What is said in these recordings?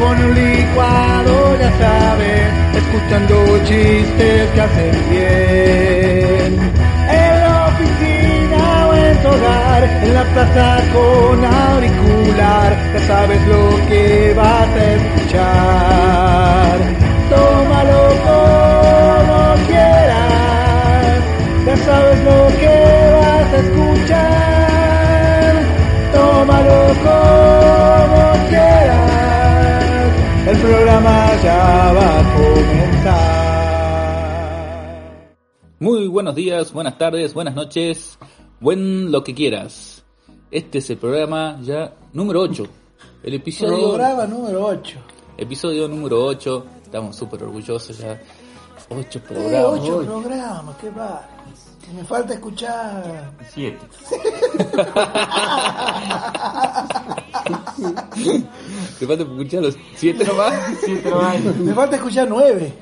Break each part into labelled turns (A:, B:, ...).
A: con un licuado, ya sabes, escuchando chistes que hacen bien. En la oficina o en tu hogar, en la plaza con auricular, ya sabes lo que vas a escuchar. Tómalo como quieras, ya sabes lo que vas a escuchar. Tómalo como quieras, el programa ya va a comenzar.
B: Muy buenos días, buenas tardes, buenas noches, buen lo que quieras. Este es el programa ya número 8. El episodio,
A: Programa número 8.
B: episodio número 8. Estamos súper orgullosos ya. 8
A: Eh,
B: programas.
A: ocho programas, qué va. Me falta escuchar.
C: Siete.
B: Te falta escuchar los 7 nomás.
C: Siete no hay.
A: Me falta escuchar nueve.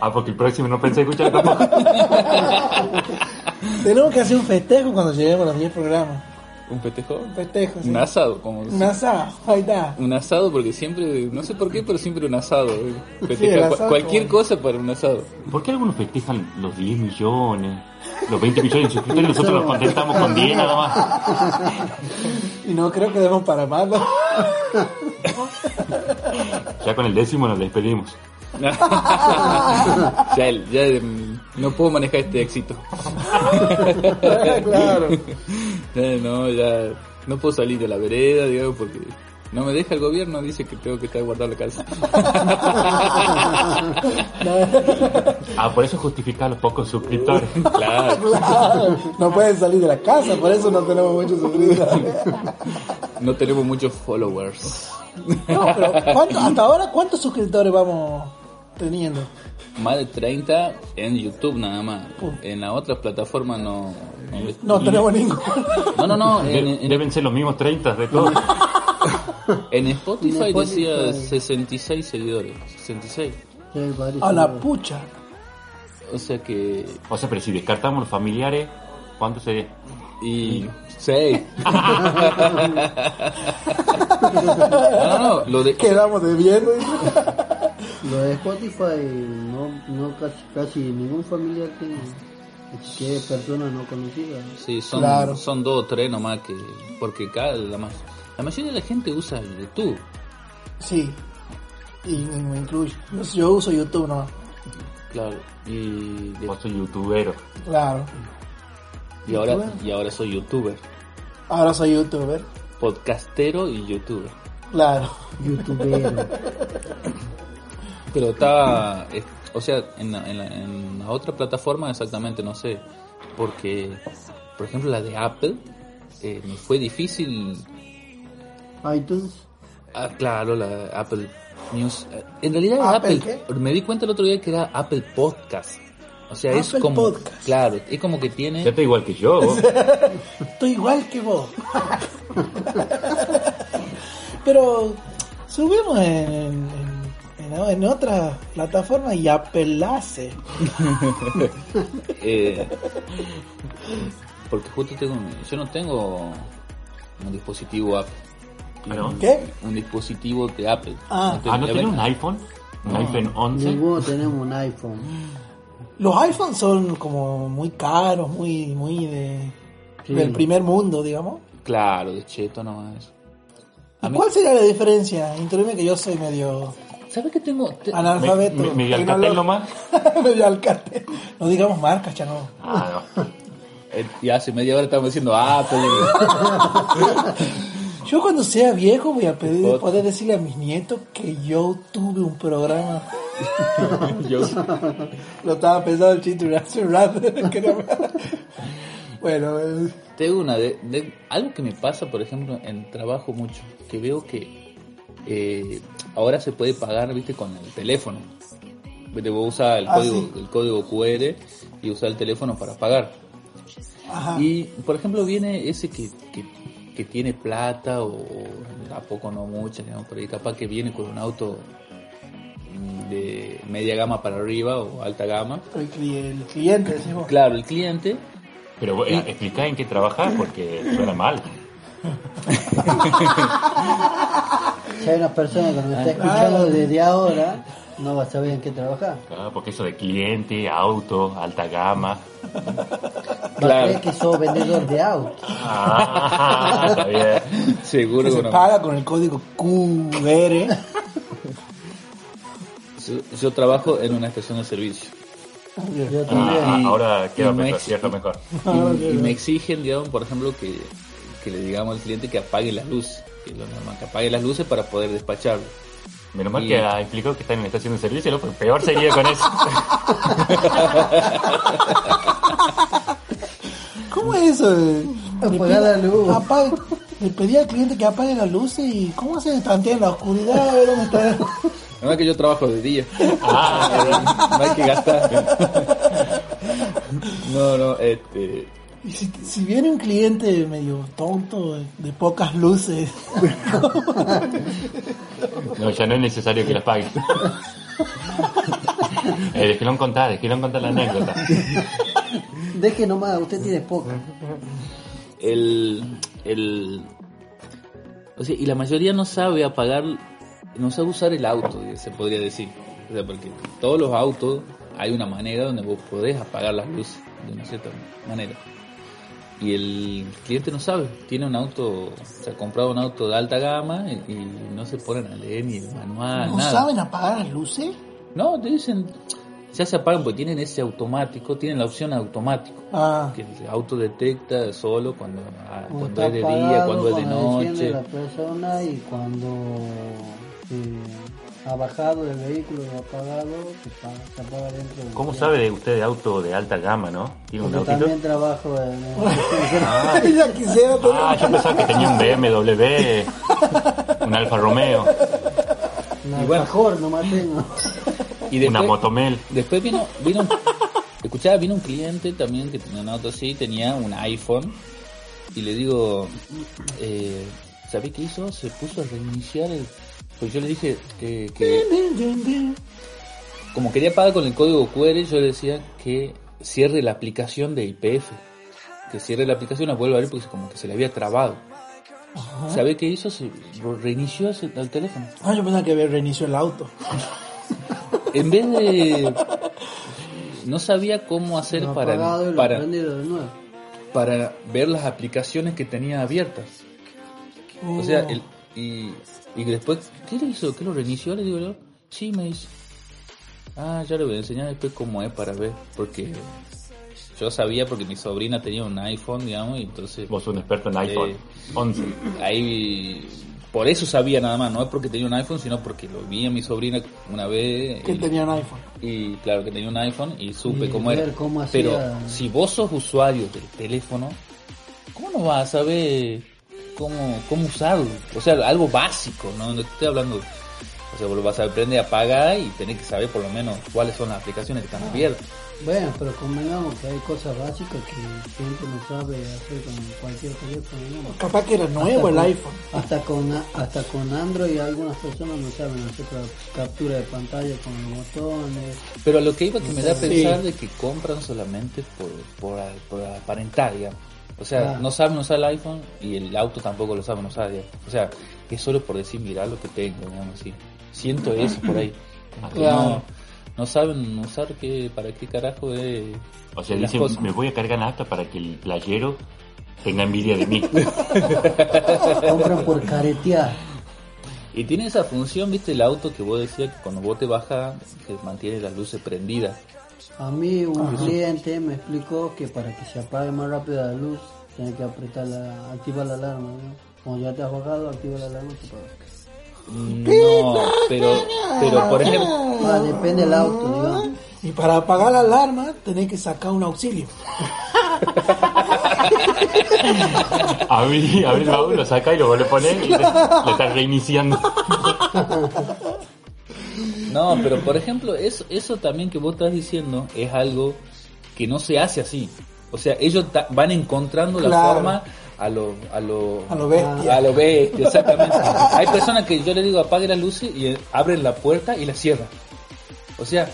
C: Ah, porque el próximo no pensé escuchar tampoco.
A: Tenemos que hacer un festejo cuando lleguemos a los 10 programas.
B: Un festejo.
A: Un festejo, sí.
B: Un asado, como
A: Un asado, ahí está.
B: un asado porque siempre, no sé por qué, pero siempre un asado. eh. Festeja
A: el
B: cua-
A: asado
B: cualquier
A: como-
B: cosa para un asado.
C: ¿Por qué algunos festejan los 10 millones, los 20 millones de suscriptores y nosotros los contentamos con 10 nada más?
A: Y no creo que demos para más. ¿no?
C: Ya con el décimo nos despedimos.
B: ya, el- ya mm, no puedo manejar este éxito.
A: claro.
B: Ya, Eh, no, ya no puedo salir de la vereda, digamos, porque no me deja el gobierno, dice que tengo que estar guardado en la casa.
C: Ah, por eso justificar los pocos suscriptores.
B: claro,
A: Claro. No pueden salir de la casa, por eso no tenemos mucho sufrimiento.
B: no tenemos muchos followers.
A: No, pero ¿cuánto- hasta ahora, ¿cuántos suscriptores vamos teniendo?
B: Más de 30 en YouTube nada más. En las otras plataformas no... No,
A: No tenemos ninguno.
B: no, no, no, en-
C: De-
B: en-
C: deben ser los mismos 30 de todos.
B: En Spotify,
D: En Spotify.
B: decía 66 seguidores. 66.
D: Sí, varios.
A: A la pucha.
B: O sea que.
C: O sea, pero si descartamos los familiares, ¿cuánto sería?
B: Y. 6. no, no, lo de.
A: Quedamos debiendo.
D: Lo de Spotify, no, no casi, casi ningún familiar tiene. Que personas no conocidas.
B: Sí, son,
A: Claro.
B: son dos o tres nomás que. Porque cada. La, ma- la mayoría de la gente usa YouTube.
A: Sí. Y me incluyo. No sé, Yo uso YouTube nomás.
B: Claro. Y. de-
C: Vos sos youtubero.
A: Claro.
B: y, ahora, y ahora soy youtuber.
A: Ahora soy youtuber.
B: Podcastero y youtuber.
A: Claro.
D: Youtuber.
B: Pero está, es- o sea, en la, en, la, en la otra plataforma exactamente, no sé, porque, por ejemplo, la de Apple, eh, me fue difícil,
D: iTunes.
B: ah, claro, la Apple News, eh, en realidad es
A: ¿Apple
B: Apple, me di cuenta el otro día que era Apple Podcast, o sea, es
A: Apple
B: como,
A: Podcast.
B: claro, es como que tiene,
C: Ya está igual que yo. vos.
A: Estoy igual que vos. Pero subimos en, en, en, en otra plataforma y apelase.
B: eh, porque justo tengo, yo no tengo un dispositivo Apple,
C: Ah, ¿no?
A: ¿Qué?
B: un dispositivo de Apple.
A: Ah.
B: No tengo-
C: Ah, ¿no
B: ya
C: tiene
B: ven-
C: un iPhone? ¿Un iPhone 11?
D: Ninguno tenemos un iPhone.
A: Los iPhones son como muy caros, muy, muy de,
D: Sí.
A: del primer mundo, digamos.
B: Claro, de cheto nomás. A
A: ¿Y
B: mí-
A: ¿Cuál sería la diferencia? Intuíme que yo soy medio
B: ¿Sabes qué tengo? Te-
A: Ah.
C: Me-
A: analfabeto.
C: me- Medio alcatel nomás.
A: Tecnológico. medio alcatel. No digamos marcas, chano.
C: Ah, no.
B: eh, y hace media hora estamos diciendo Apple.
A: Yo cuando sea viejo voy a pedir,
B: Otra.
A: poder decirle a mis nietos que yo tuve un programa.
B: Yo,
A: Lo estaba pensando el chiste hace un rato. que no me- bueno, eh,
B: tengo una de, de- algo que me pasa, por ejemplo, en trabajo mucho, que veo que eh, ahora se puede pagar, viste, con el teléfono. Viste, vos usas el
A: Ah,
B: código,
A: sí.
B: el código QR y usar el teléfono para pagar.
E: Ah.
A: ajá.
B: Y, por ejemplo, viene ese que, que, que tiene plata o o a poco no mucha, digamos, por ahí capaz que viene con un auto mm, de media gama para arriba o alta gama.
A: El, cli- el cliente, decimos.
B: Claro, el cliente,
C: Pero eh, explicá en qué trabajás porque suena mal.
D: Si hay una persona que nos está escuchando desde ahora, no va a saber en qué trabajar.
C: Claro, Ah, porque eso de cliente, auto, alta gama.
D: Va a creer que sos vendedor de autos.
C: Ah, está bien.
B: Seguro
E: Que
B: que
E: se
B: no.
E: paga con el código QR.
B: Yo, yo trabajo en una estación de servicio.
D: Yo
C: Ah,
D: también.
C: ahora queda
B: Y no
C: mejor,
B: existe.
C: cierto mejor.
B: Y, y me exigen, digamos, por ejemplo, que, que le digamos al cliente que apague las luces. Que lo normal, que apague las luces para poder despacharlo.
C: Menos mal
B: Y-
C: que ah, explicó que están en la estación de servicio, loco, peor sería con eso.
E: ¿Cómo es eso? de- le
D: Apagar la
E: pido-
D: luz.
E: apa- le pedí al cliente que apague las luces y ¿cómo se tantea en la oscuridad? A ver dónde está.
B: No es que yo trabajo de día.
C: Ah,
B: No hay que gastar. No, no, este.
E: Y si, si viene un cliente medio tonto, de pocas luces,
C: no, ya no es necesario que las pague. Eh, déjelo contar, déjelo contar la anécdota.
D: Deje nomás, usted tiene poca.
B: el, el o sea, y la mayoría no sabe apagar, no sabe usar el auto, eh, se podría decir. O sea, porque todos los autos hay una manera donde vos podés apagar las luces de una cierta manera. Y el cliente no sabe, tiene un auto, se ha comprado un auto de alta gama y, y no se ponen a leer ni el manual,
E: ¿no
B: Ah, nada.
E: saben apagar las luces?
B: No, te dicen, ya se apagan porque tienen ese automático, tienen la opción automático
E: Ah,
B: que el auto detecta solo cuando, ah,
D: Cuando
B: cuando
D: está
B: es de día,
D: apagado,
B: cuando es de
D: cuando desciende
B: noche.
D: la persona y cuando eh, ha bajado del vehículo y ha apagado, se pa- se apaga dentro. del-
C: ¿Cómo sabe de usted de auto de alta gama, no? ¿Tiene un
D: Porque
C: autito?
D: también trabajo en...
E: ya quisiera tener-
C: Ah, yo pensaba que tenía un BMW, un Alfa Romeo,
D: No, mejor nomás tengo.
B: Y
C: una
B: después,
C: Motomel.
B: después vino, vino un- escuchaba, vino un cliente también que tenía un auto así, tenía un iPhone y le digo, eh, ¿sabés qué hizo? Se puso a reiniciar el... Pues yo le dije eh, que como quería pagar con el código QR, yo le decía que cierre la aplicación de IPF. Que cierre la aplicación, la vuelva a abrir porque como que se le había trabado. ¿Sabe qué hizo? Se reinició ese- el teléfono.
E: Ah, yo pensaba que había reinicio el auto.
B: En vez de... No sabía cómo hacer
D: Lo ha
B: para,
D: apagado y lo ha
B: para,
D: prendido de nuevo.
B: para ver las aplicaciones que tenía abiertas. O sea,
E: Oh.
B: el- y, y después, ¿qué le hizo? ¿Qué lo reinició? Le digo yo, sí, me dice. Ah, ya le voy a enseñar después cómo es para ver, porque yo sabía porque mi sobrina tenía un iPhone, digamos, y entonces
C: Vos sos un experto en iPhone.
B: Eh.
C: 11.
B: ahí por eso sabía nada más, no es porque tenía un iPhone, sino porque lo vi a mi sobrina una vez
E: que
B: y,
E: tenía un iPhone.
B: y, claro que tenía un iPhone y supe
D: Y
B: cómo
D: ver
B: era.
D: cómo hacía.
B: Pero si vos sos usuario del teléfono, ¿cómo no vas a saber cómo, cómo usarlo? O sea, algo básico, ¿no? No estoy hablando... O sea, vos lo vas a aprender a pagar y tenés que saber por lo menos cuáles son las aplicaciones que
D: Ah.
B: están abiertas.
D: Bueno, pero convengamos que hay cosas básicas que siempre no sabe hacer con cualquier teléfono. ¿no?
E: Capaz que era nuevo el iPhone.
D: Hasta con, hasta con Android algunas personas no saben hacer ca- captura de pantalla con los botones.
B: Pero a lo que iba que me da a
E: Sí.
B: pensar de que compran solamente por, por, por aparentar, digamos. O sea,
D: Ah.
B: no saben usar el iPhone y el auto tampoco lo saben usar, digamos. O sea, es solo por decir, mirá lo que tengo, digamos así. Siento eso por ahí. Como que
E: Claro.
B: no, no saben usar que, para qué carajo es...
C: O sea,
B: las
C: dice,
B: cosas.
C: me voy a cargar la acta para que el playero tenga envidia de mí.
D: Compran por caretear.
B: Y tiene esa función, viste, el auto que vos decías que cuando vos te bajas, que mantiene las luces prendidas.
D: A mí un cliente me explicó que para que se apague más rápido la luz, tiene que apretar la, activar la alarma. ¿no? Cuando ya te has bajado, activa la alarma. y te apaga.
B: No, pero, pero por ejemplo...
D: Ah, depende del auto, digamos.
E: Y para apagar la alarma tenés que sacar un auxilio.
C: Abrí, abrí el baúl, lo saca y lo vuelve a poner y le, le está reiniciando.
B: No, pero por ejemplo, eso, eso también que vos estás diciendo es algo que no se hace así. O sea, ellos ta- van encontrando la
E: Claro.
B: forma a lo, a lo,
E: A lo bestia.
B: a lo bestia, exactamente. Hay personas que yo le digo apague las luces y eh, abren la puerta y la cierran. O sea,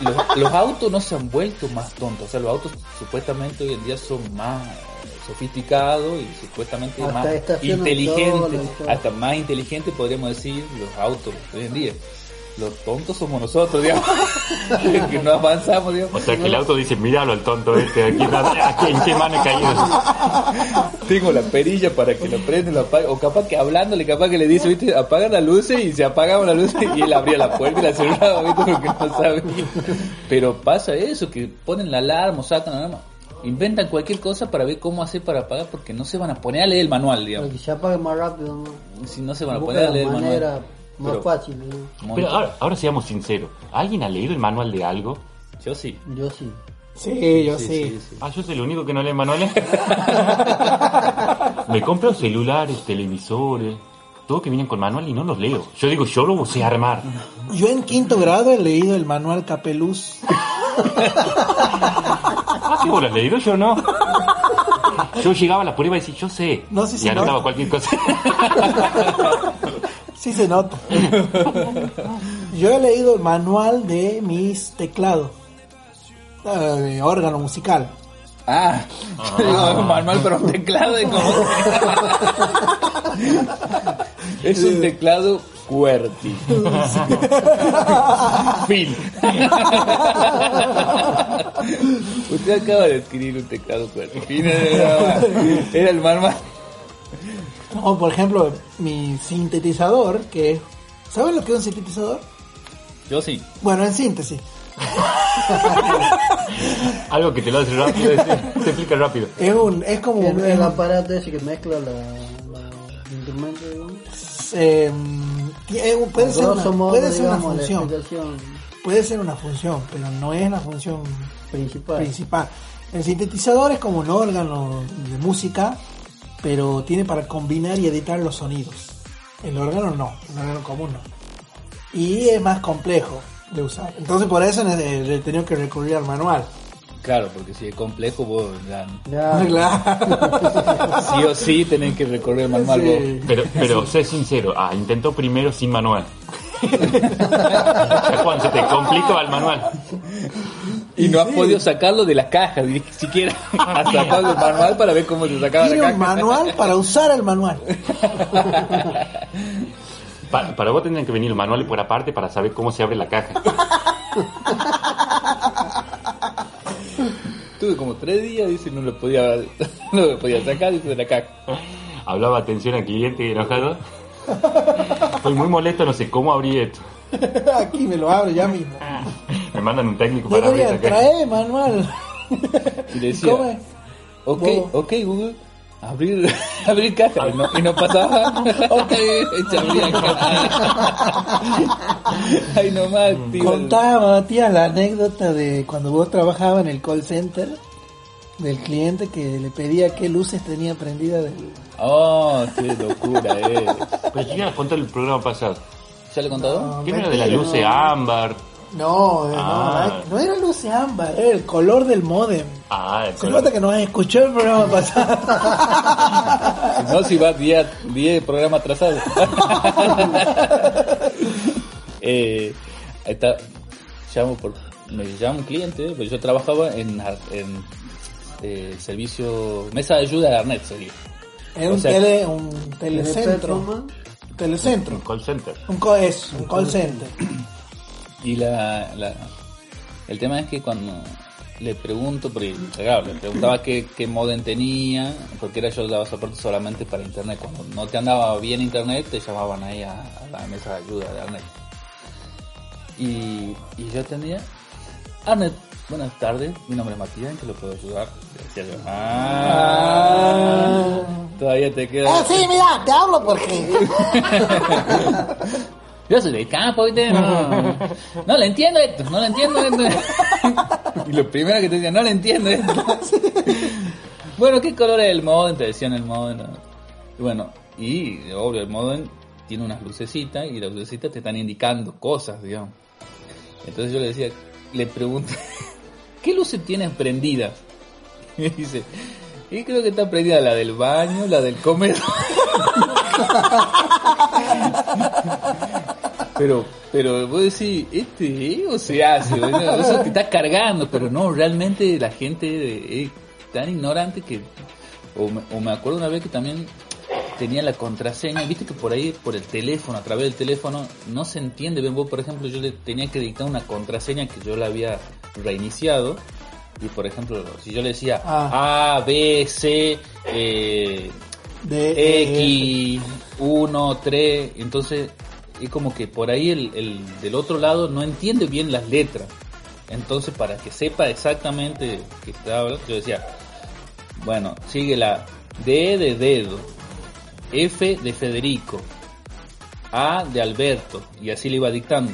B: los, los autos no se han vuelto más tontos. O sea, los autos supuestamente hoy en día son más, sofisticado y supuestamente
D: Hasta
B: más
D: estacionan
B: inteligente,
D: solos y todo.
B: hasta más inteligente podríamos decir los autos hoy en día. Los tontos somos nosotros, digamos, que no avanzamos, digamos.
C: O sea que el auto dice, míralo al tonto este, aquí, aquí, en qué mano he caído.
B: Tengo la perilla para que lo prenda y lo apague. O capaz que hablándole, capaz que le dice, viste, apaga las luces y se apagaban las luces y él abría la puerta y la cerraba, viste, porque no sabía. Pero pasa eso, que ponen la alarma, o sacan la alarma. Inventan cualquier cosa para ver cómo hacer para apagar porque no se van a poner a leer el manual,
D: Para
B: digamos.
D: que se apague más rápido, ¿no?
B: Si no se van a
D: Busca
B: poner a
D: la
B: leer el
D: manera
B: manual.
D: más
B: Pero-
D: fácil, ¿no?
B: Mon-
C: Pero ahora, ahora seamos sinceros, ¿alguien ha leído el manual de algo?
B: Yo sí.
D: Yo sí.
E: Sí, yo
B: Sí,
E: sí.
B: sí, sí.
C: Ah, yo soy el único que no lee manuales. Me compro celulares, televisores, todo que vienen con manual y no los leo. Yo digo, yo lo sé armar.
E: Yo en quinto grado he leído el manual Capeluz.
C: Ah, sí, vos lo has leído, yo no. Yo llegaba a la prueba y decía, yo sé.
E: No, sí, sí,
C: y anotaba
E: no.
C: cualquier cosa.
E: Sí se nota. Yo he leído el manual de mis teclados. ah, De órgano musical.
B: Ah, yo digo, un manual pero un teclado de como... es un teclado QWERTY. fin. Usted acaba de adquirir un teclado QWERTY. Fin, era, era el manual.
E: O por ejemplo, mi sintetizador, que... ¿Saben lo que es un sintetizador?
B: Yo sí.
E: Bueno, en síntesis.
C: Algo que te lo hace rápido, se, se explica rápido.
E: Es un es como
D: El,
E: es
D: el
E: un-
D: aparato ese que mezcla la, la- los instrumentos, digamos.
E: eh, tie- eh, puede ser una,
D: Grosso modo,
E: puede ser una
D: digamos, la
E: función,
D: explicación
E: puede ser una función, pero no es la función
D: principal.
E: principal. El sintetizador es como un órgano de música, pero tiene para combinar y editar los sonidos. El órgano no, el órgano común no. Y es más complejo de usar. Entonces por eso he he tenido que recurrir al manual.
B: Claro, porque si es complejo, vos ya,
D: Ya,
E: Claro.
B: sí o sí tenés que recorrer el manual
E: Sí.
B: vos.
C: Pero, pero sé sincero, ah, intentó primero sin manual. Ya Cuando se te complica va el manual.
B: Y no has podido sacarlo de la caja, ni siquiera has sacado el manual para ver cómo se sacaba la
E: Tiene
B: caja.
E: un manual para usar el manual.
C: Para, para vos tendrían que venir los manuales por aparte para saber cómo se abre la caja.
B: Tuve como tres días, dice, no lo podía, no lo podía sacar, dice, de la caja.
C: Hablaba atención al cliente enojado. Estoy muy molesto, no sé cómo abrí esto.
E: Aquí me lo abro ya mismo.
C: Me mandan un técnico para abrir
E: Debería
C: esa caja.
E: traer manual.
B: Y decía,
E: ¿Cómo es?
B: ok,
E: Bobo.
B: ok, Google, abrir, abrir caja. Y no, y no pasaba. Ok, se abría caja. Ay, nomás, tío.
E: Contaba Matías la anécdota de cuando vos trabajabas en el call center del cliente que le pedía qué luces tenía prendida del...
B: Oh, qué locura, eh.
C: Pero yo ya conté el programa pasado.
B: ¿Ya le he contado?
E: No,
C: ¿Qué era de la luz de ámbar?
E: No, eh,
C: Ah.
E: no, no era luces ámbar, era el color del modem.
C: Ah, el
E: Se
C: color.
E: nota que no has escuchado el programa pasado.
B: No, si va 10 10 programas atrasados. eh, está, llamo por, me llama un cliente, pero yo trabajaba en, ar- en eh, servicio, mesa de ayuda de Arnet sería.
E: Era
B: O
E: un
B: sea,
E: tele, un
D: el
E: telecentro.
D: Spectrum,
E: Telecentro.
C: call center.
E: Un co eso, un call center.
B: Y la, la- el tema es que cuando le pregunto, porque, claro, le preguntaba qué, qué modem tenía, porque era yo daba soporte solamente para internet. Cuando no te andaba bien internet, te llamaban ahí a, a la mesa de ayuda de Arnet. Y, y yo atendía, Arnet, buenas tardes, mi nombre es Matías, ¿en qué lo puedo ayudar? Le decía yo, ah, todavía te queda...
E: Ah, sí, mira, te hablo porque...
B: Yo soy del campo, ¿viste? No, no le entiendo esto, no le entiendo esto. Y lo primero que te decían, no le entiendo esto. Bueno, ¿qué color es el modem? Te decían el modem. ¿no? Y bueno, y obvio, el modem tiene unas lucecitas y las lucecitas te están indicando cosas, digamos. Entonces yo le decía, le pregunté, ¿qué luces tienes prendidas? Y me dice, y creo que está prendida la del baño, la del comedor. Pero, pero vos decís, ¿este eh, o se hace? O sea, Eso te estás cargando, pero no, realmente la gente eh, es tan ignorante que O me, o me acuerdo una vez que también tenía la contraseña, viste que por ahí, por el teléfono, a través del teléfono, no se entiende bien. Vos, por ejemplo, yo le tenía que dictar una contraseña que yo la había reiniciado. Y por ejemplo, si yo le decía
E: Ah.
B: A, B, C, eh,
E: De,
B: X, 1, 3, entonces es como que por ahí el, el del otro lado no entiende bien las letras. Entonces para que sepa exactamente que estaba, yo decía, bueno, sigue la D de dedo, F de Federico, A de Alberto, y así le iba dictando.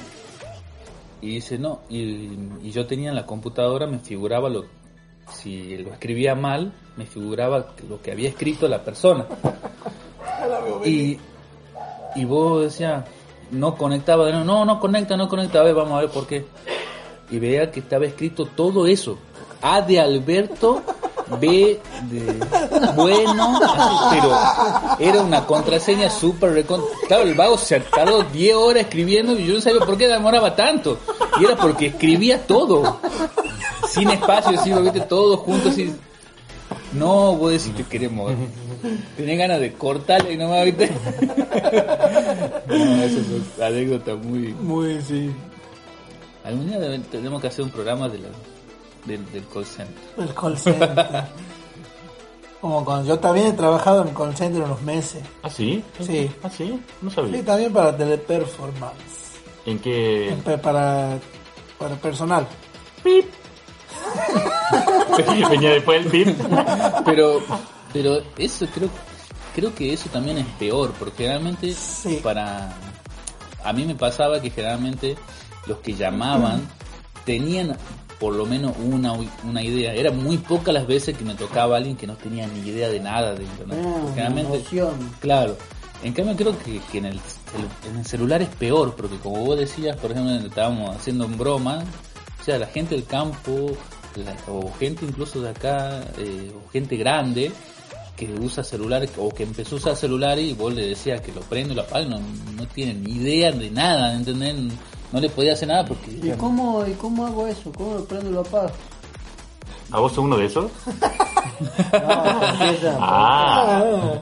B: Y dice, no, y, y yo tenía en la computadora, me figuraba lo, si lo escribía mal, me figuraba lo que había escrito la persona. Y, y vos decías, no conectaba, de nuevo, no, no conecta, no conecta, a ver, vamos a ver por qué. Y veía que estaba escrito todo eso. A de Alberto, B de bueno, así, pero era una contraseña súper recon... Claro, el vago se tardó 10 horas escribiendo y yo no sabía por qué demoraba tanto. Y era porque escribía todo, sin espacio, así, lo viste, todo junto, así. No, vos decís, te queremos. Tenés ganas de cortarle y no me viste. no, eso es una anécdota muy...
E: Muy, sí.
B: Algún día deben- tenemos que hacer un programa de la, del, del call center.
E: El call center. Como cuando yo también he trabajado en call center unos meses.
C: ¿Ah, sí?
E: Sí.
C: ¿Ah, sí? No
E: Sí,
C: sabía.
E: también para teleperformance.
C: ¿En qué...?
E: Pe- Para, para personal.
C: Venía después el pip.
B: Pero, pero eso creo, creo que eso también es peor, porque generalmente
E: Sí.
B: para, a mí me pasaba que generalmente los que llamaban tenían por lo menos una, una idea. Era muy pocas las veces que me tocaba alguien que no tenía ni idea de nada de internet.
D: Ah,
B: Generalmente-
D: emoción.
B: Claro. En cambio creo que, que en, el, el- en el celular es peor, porque como vos decías, por ejemplo, estábamos haciendo en broma, o sea, la gente del campo, la- o gente incluso de acá, eh, o gente grande, que usa celulares, o que empezó a usar celulares y vos le decías que lo prende y lo apague, no, no tienen ni idea de nada, ¿entendés? No le podía hacer nada porque...
D: ¿Y cómo, ¿Y cómo hago eso? ¿Cómo lo prendo y lo apago?
C: ¿A vos sos uno de esos?
D: No, empieza.
C: Ah,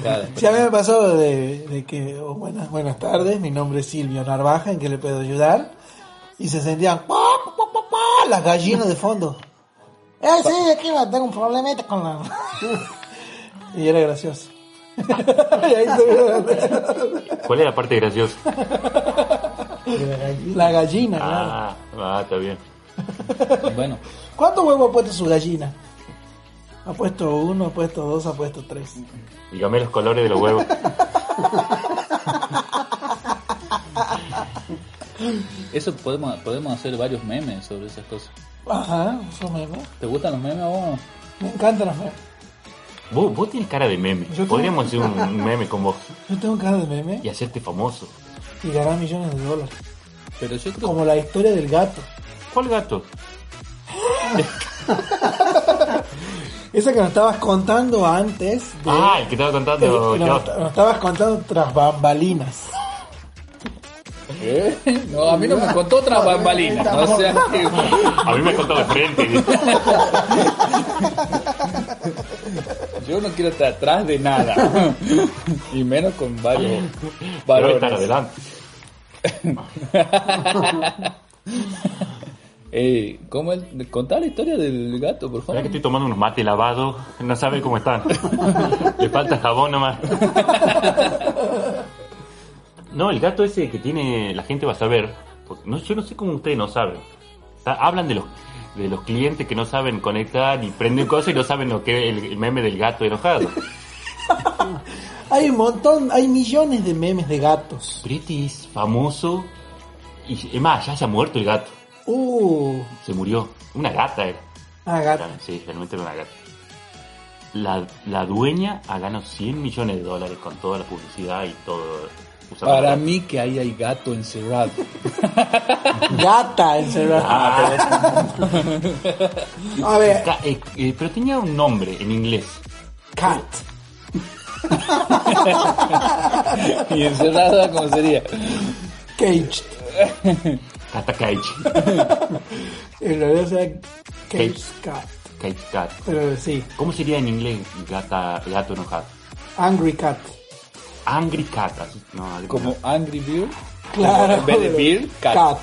B: Claro,
E: Si a mí me pasó de, de que, oh, buenas, buenas tardes, mi nombre es Silvio Narvaja, ¿en qué le puedo ayudar? Y se sentían ¡pa, pa, pa, pa, pa! las gallinas de fondo. Eh, sí, aquí va a tener un problemita con la... y era gracioso. Y ahí se-
C: ¿cuál es la parte graciosa?
E: la gallina, claro.
C: Ah, ah, está bien.
B: pues, bueno,
E: ¿Cuántos huevos ha puesto su gallina? Ha puesto uno, ha puesto dos, ha puesto tres.
C: Dígame los colores de los huevos.
B: eso podemos, podemos hacer varios memes sobre esas cosas.
E: Ajá, eso me me-
B: ¿Te gustan los memes a vos?
E: Me encantan los memes.
C: Vos, vos tienes cara de meme.
E: Yo tengo-
C: Podríamos hacer un un meme con vos
E: Yo tengo cara de meme
C: y hacerte famoso.
E: y ganar millones de dólares.
B: Pero yo creo
E: Como la historia del gato.
C: ¿Cuál gato?
E: Esa que nos estabas contando antes. de-
C: Ah, el que estaba
E: que
C: contando.
E: nos,
C: yo.
E: nos estabas contando tras bambalinas.
B: ¿Eh? No, a mí no me contó otra bambalina. No sea que-
C: A mí me contó de frente.
B: yo no quiero estar atrás de nada. Y menos con varios
C: Pero estar
B: varones.
C: adelante.
B: Eh, ¿Cómo el, contá la historia del gato, por
C: Mirá que
B: favor.
C: estoy tomando unos mates lavados. No sabe cómo están. Le falta jabón nomás. No, el gato ese que tiene. La gente va a saber. porque no, yo no sé cómo ustedes no saben. O sea, hablan de los de los clientes que no saben conectar y prenden cosas y no saben lo que es el, el meme del gato enojado.
E: Hay un montón, hay millones de memes de gatos.
C: Pero este es famoso. Y es más, ya se ha muerto el gato.
E: Uh,
C: Se murió. Una gata era.
E: ah, gato.
C: Sí, realmente era una gata. La, la dueña ha ganado 100 millones de dólares con toda la publicidad y todo. usando la
B: Para
C: gata.
B: mí que ahí hay gato encerrado.
E: Gata, en celular.
C: Ah,
E: A ver,
C: ca- eh, eh, pero tenía un nombre en inglés.
E: cat.
B: Y encerrada, ¿cómo sería?
E: Caged.
C: Katakaichi.
E: En realidad sea Caged
C: Caged.
E: Cat.
C: Cage Cat.
E: Pero sí,
C: ¿Cómo sería en inglés gata, gato enojado?
E: Angry Cat.
C: Angry Cat. así, No, angry
B: Como
C: cat.
B: Angry Beer.
E: Claro.
B: En vez de beer, cat.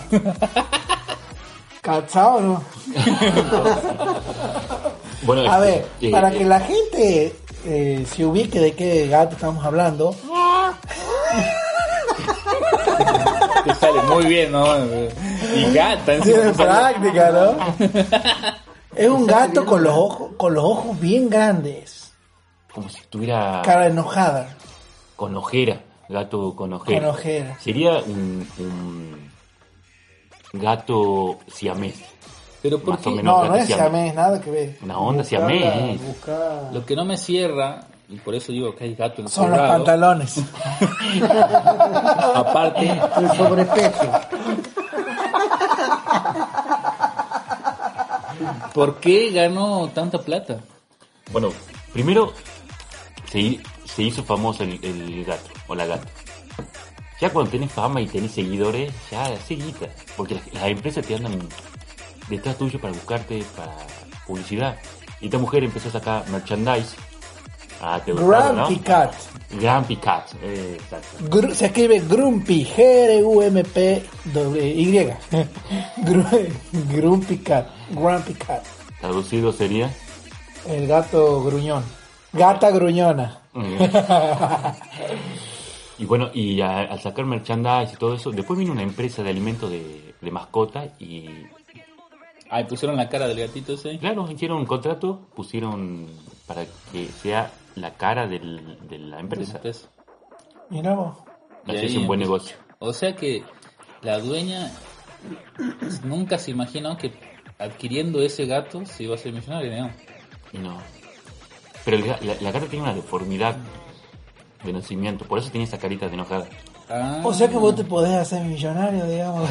E: ¿Cachao o no?
C: Bueno,
E: A
C: eh,
E: ver,
C: eh,
E: para
C: eh,
E: que la gente eh, se ubique de qué gato estamos hablando,
B: Te sale muy bien, ¿no? Y gata.
E: tienen
B: encima.
E: práctica, ¿no? Es un gato con los ojos, con los ojos bien grandes,
C: Como si estuviera
E: cara enojada.
C: con ojera. Gato con ojera.
E: Con ojera.
C: Sería un, un gato siamés.
B: Pero ¿por
C: Más o
B: qué?
C: menos.
E: No,
C: gato
E: no es
C: siamés.
E: siamés, nada que ver.
C: Una onda siamés. eh.
D: Buscar.
B: Lo que no me cierra, y por eso digo que hay gato en
E: Son los pantalones.
B: Aparte,
D: El sobrepeso.
B: ¿por qué ganó tanta plata?
C: Bueno, primero se, hi- se hizo famoso el, el gato o la gata. Ya cuando tenés fama y tenés seguidores, ya seguita. Porque las, las empresas te andan detrás tuyo para buscarte, para publicidad. Y esta mujer empezó a sacar merchandise. Ah, te gustaron, ¿no?
E: Grumpy Cat.
C: Grumpy Cat. eh, exacto.
E: Gru- se escribe Grumpy, G-R-U-M-P-Y. Gru- Grumpy Cat. Grumpy Cat.
C: Traducido sería.
E: El gato gruñón. Gata gruñona.
C: Y bueno, y a- al sacar merchandise y todo eso, después vino una empresa de alimentos de, de mascota y
B: Ay, pusieron la cara del gatito ese.
C: Claro, hicieron un contrato, pusieron para que sea la cara del- de la empresa.
B: Entonces,
E: Mirá vos.
B: Y
C: Así
B: ahí
C: es un buen
B: empezó.
C: negocio.
B: O sea que la dueña nunca se imaginó que adquiriendo ese gato se iba a ser millonaria, ¿no?
C: Y no. Pero el ga- la, la cara tiene una deformidad de nacimiento, por eso tiene esa carita de enojada.
B: Ah,
E: O sea que vos te podés hacer millonario, digamos.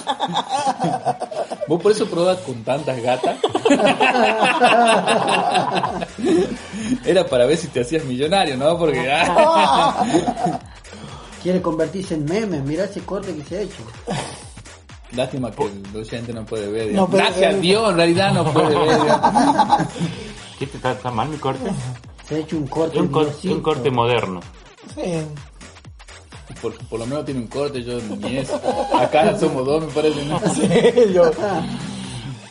B: vos por eso probás con tantas gatas. Era para ver si te hacías millonario, ¿no? Porque ah,
D: Quiere convertirse en meme. Mira ese corte que se ha hecho.
B: lástima que el oyente no puede ver.
E: No,
B: digamos.
E: pero-
B: Gracias a Dios, en realidad no puede ver. digamos.
C: ¿Qué te está, está mal mi corte?
D: Se ha hecho un
C: Es
D: corte.
C: un, cor-
D: Diosito.
C: un corte moderno.
E: Sí.
B: Por, por lo menos tiene un corte, yo ni eso. Acá somos dos, me parece. ¿no?
E: Sí, yo-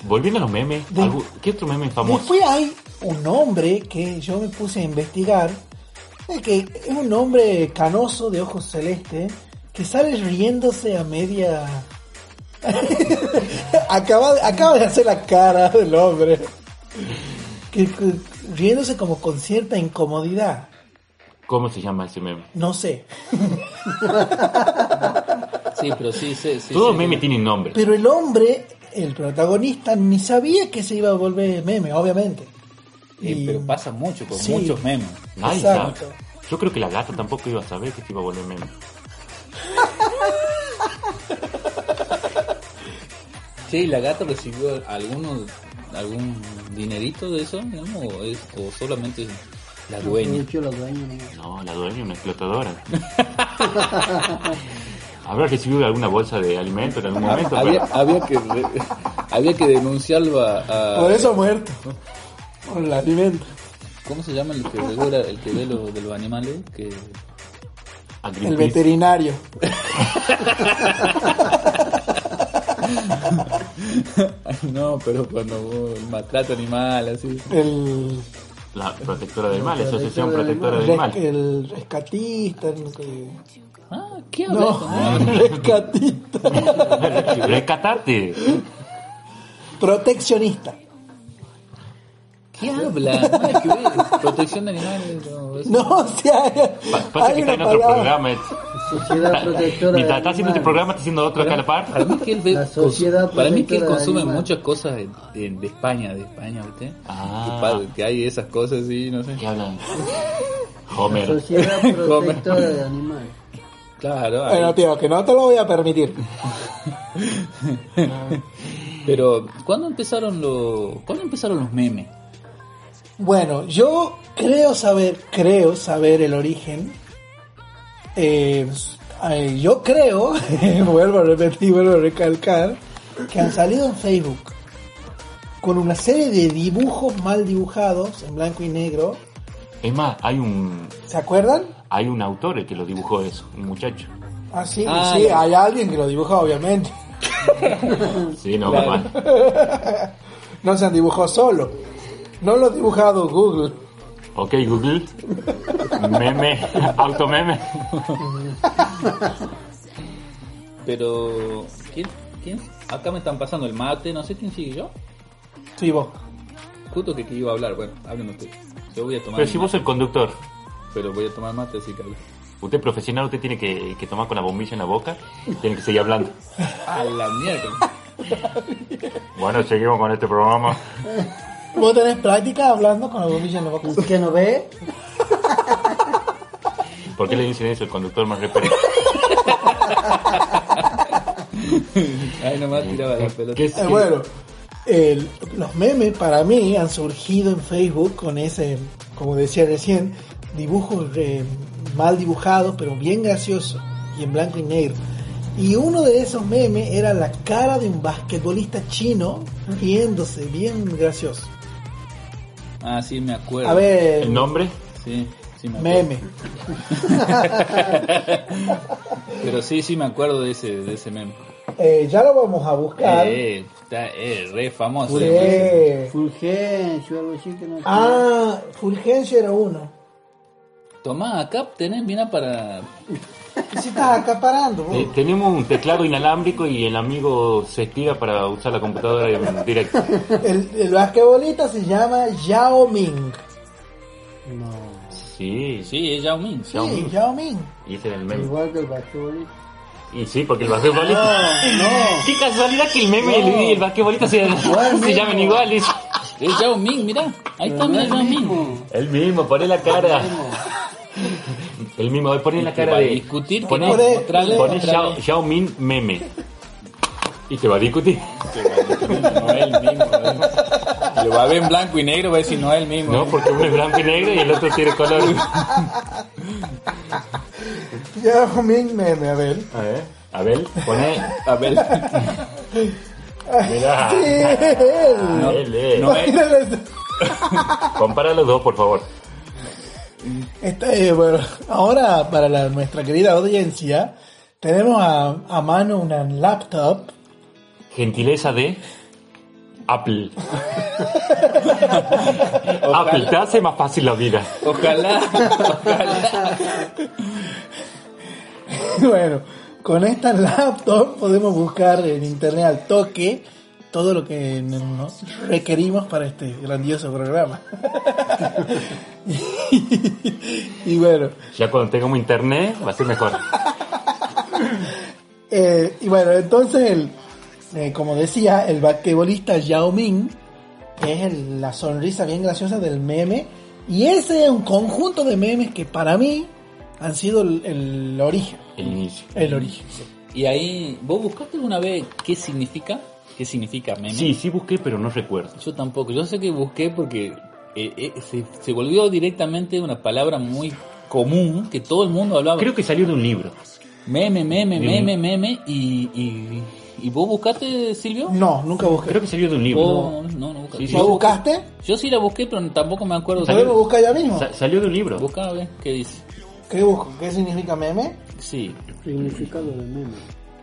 C: Volviendo a los memes,
E: De-
C: algo- ¿qué otro meme famoso?
E: Después hay un hombre que yo me puse a investigar, eh, que es un hombre canoso de ojos celestes, que sale riéndose a media... acaba, acaba de hacer la cara del hombre. Que, que- riéndose como con cierta incomodidad.
C: ¿Cómo se llama ese meme?
E: No sé.
B: Sí, pero sí, sí, sí.
C: Todo
B: sí,
C: meme
B: sí.
C: tiene nombre.
E: Pero el hombre, el protagonista, ni sabía que se iba a volver meme, obviamente.
B: Eh, pero pasa mucho, con
E: Sí.
B: muchos memes.
C: Nadie
E: Exacto.
C: sabe. Yo creo que la gata tampoco iba a saber que se iba a volver meme.
B: Che, ¿y la gata recibió alguno, algún dinerito de eso, digamos, o, es- o solamente la dueña?
D: Mucho los dueños, ¿no?
C: No, la dueña es una explotadora. Habrá recibido alguna bolsa de alimento en algún momento.
B: había,
C: pero-
B: había que re- había que denunciarlo a, a-
E: Por eso ha muerto. Por el alimento.
B: ¿cómo se llama el que regula, el que ve lo- de los animales? Que
C: a
E: El
C: Greenpeace.
E: veterinario.
B: Ay, no, pero cuando vos maltrata animal así.
E: El,
C: La protectora del mal, asociación protectora
D: Protectora
C: del
E: res-
C: mal.
E: el rescatista. No, sé.
B: Ah, ¿qué hablas?
E: no rescatista.
C: Rescatarte.
E: Proteccionista.
B: ¿Qué hablas? Nada que ver. Protección de animales. no, eso.
E: No, o sea,
C: Pa- Pasa que
E: hay
C: está
E: una
C: en otro
E: palabra.
C: programa.
D: Sociedad protectora.
C: Mientras
D: de
C: está haciendo este
D: animales.
C: programa, está haciendo otro acá a la
B: Para
C: par.
B: mí que él ve-
D: La sociedad
B: para mí que él
D: protectora de
B: consume
D: animales.
B: muchas cosas de, de- de España, de España, ¿viste?
C: Ah.
B: Que pa- Que hay esas cosas así, no sé.
C: ¿Qué hablan?
D: La
C: Homer.
D: sociedad protectora de animales.
B: Claro, hay-
E: Bueno, tío, que no te lo voy a permitir.
B: pero ¿cuándo empezaron los ¿cuándo empezaron los memes?
E: Bueno, yo creo saber, creo saber el origen. Eh, eh, yo creo, vuelvo a repetir, vuelvo a recalcar, que han salido en Facebook. con una serie de dibujos mal dibujados en blanco y negro.
C: Es más, hay un
E: ¿Se acuerdan?
C: hay un autor el que lo dibujó eso, un muchacho.
E: Ah, sí,
B: Ah,
E: sí,
B: ya.
E: hay alguien que lo dibuja, obviamente.
C: Sí, no,
B: Claro.
C: mal.
E: No se han dibujado solo. No lo ha dibujado Google.
C: Ok, Google. Meme, automeme.
B: Pero, ¿quién? ¿Quién? Acá me están pasando el mate, no sé quién sigue yo.
E: Sí, vos.
B: Justo que, que iba a hablar, bueno, hábleme usted. Yo voy a tomar
C: Pero si
B: mate,
C: vos sos el conductor,
B: pero voy a tomar mate, así que hablo.
C: usted es profesional, usted tiene que, que tomar con la bombilla en la boca y tiene que seguir hablando.
B: A la mierda.
C: Bueno, seguimos con este programa.
E: Vos tenés práctica hablando con la bombilla en la boca.
D: ¿Que no ve?
C: ¿Por qué le dicen eso el conductor más respeto?
B: Ahí nomás tiraba la pelota.
C: ¿Qué es?
E: Eh, bueno, el- los memes para mí han surgido en Facebook con ese, como decía recién, dibujos eh, mal dibujados, pero bien graciosos y en blanco y negro. Y uno de esos memes era la cara de un basquetbolista chino riéndose, bien gracioso.
B: Ah, sí, me acuerdo.
E: A ver,
C: ¿El nombre?
B: Sí, sí me acuerdo.
E: meme.
B: Pero sí, sí me acuerdo de ese, de ese meme.
E: Eh, ya lo vamos a buscar.
B: Eh, está eh, re famoso.
E: Sí.
D: Fulgencio, algo así que no
E: Ah, Fulgencio era uno.
B: Tomá, acá tenés, mira para...
E: Y Si estás acaparando, vos.
C: Eh, tenemos un teclado inalámbrico y el amigo se estira para usar la computadora en directo.
E: El, el basquetbolista se llama Yao Ming.
D: No.
C: Sí, sí.
B: Sí, es Yao Ming.
E: Sí,
C: Yao Ming.
E: Yao Ming.
C: Y ese era el meme.
D: Igual que el basquetbolista.
C: Y sí, porque el basquetbolista...
D: No,
C: Qué casualidad que el meme y el basquetbolista se, se llamen iguales.
B: Es Yao Ming, mirá. Ahí está,
D: no
B: mira
D: es
B: Yao
D: lo
B: Ming.
D: mismo.
C: El mismo, poné la cara. El mismo, poné la
D: Este
C: cara
B: Va a
C: de.
B: discutir,
C: Poné,
E: Poné-
B: mostrale,
C: poné
B: mostrale.
C: Xiao- Xiao Min meme. Y te va a discutir.
B: No es el mismo. ¿verdad? Lo va a ver en blanco y negro, va a decir no es el mismo.
C: No, porque uno es blanco y negro y el otro tiene color.
E: Yao Ming meme, a ver.
C: A ver, a ver, poné.
B: A ver,
C: Mirá.
E: Sí, él.
C: Ah, él, él.
B: no es.
C: Compara los dos, por favor.
E: Está, eh, bueno, ahora, para la- nuestra querida audiencia, tenemos a, a mano una laptop.
C: Gentileza de. Apple. Apple, te hace más fácil la vida.
B: Ojalá, ojalá.
E: bueno, con esta laptop podemos buscar en internet al toque todo lo que nos requerimos para este grandioso programa. y bueno,
C: Ya cuando tengamos internet, va a ser mejor.
E: Eh, y bueno, entonces, el, eh, como decía, el basquetbolista Yao Ming es el- la sonrisa bien graciosa del meme. Y ese es un conjunto de memes que para mí han sido el, el origen.
C: El inicio.
E: El origen.
B: Y ahí, ¿vos buscaste alguna vez qué significa? ¿Qué significa meme?
C: Sí, sí busqué, pero no recuerdo.
B: Yo tampoco. Yo sé que busqué porque eh, eh, se, se volvió directamente una palabra muy común que todo el mundo hablaba.
C: Creo que salió de un libro.
B: Meme, meme,
C: Mm.
B: meme, meme. Y, y, y vos buscaste, Silvio?
E: No, nunca busqué.
C: Creo que salió de un libro.
B: Vos- no, no buscaste.
C: Sí, sí.
E: ¿Lo
B: Yo, busqué-
E: buscaste?
B: yo sí la busqué, pero tampoco me acuerdo.
C: Salió-
E: ¿Podemos buscar ya mismo?
C: Sa- salió de un libro.
B: Buscá a ver qué dice.
E: ¿Qué busco? ¿Qué significa meme?
B: Sí,
D: Significado de meme.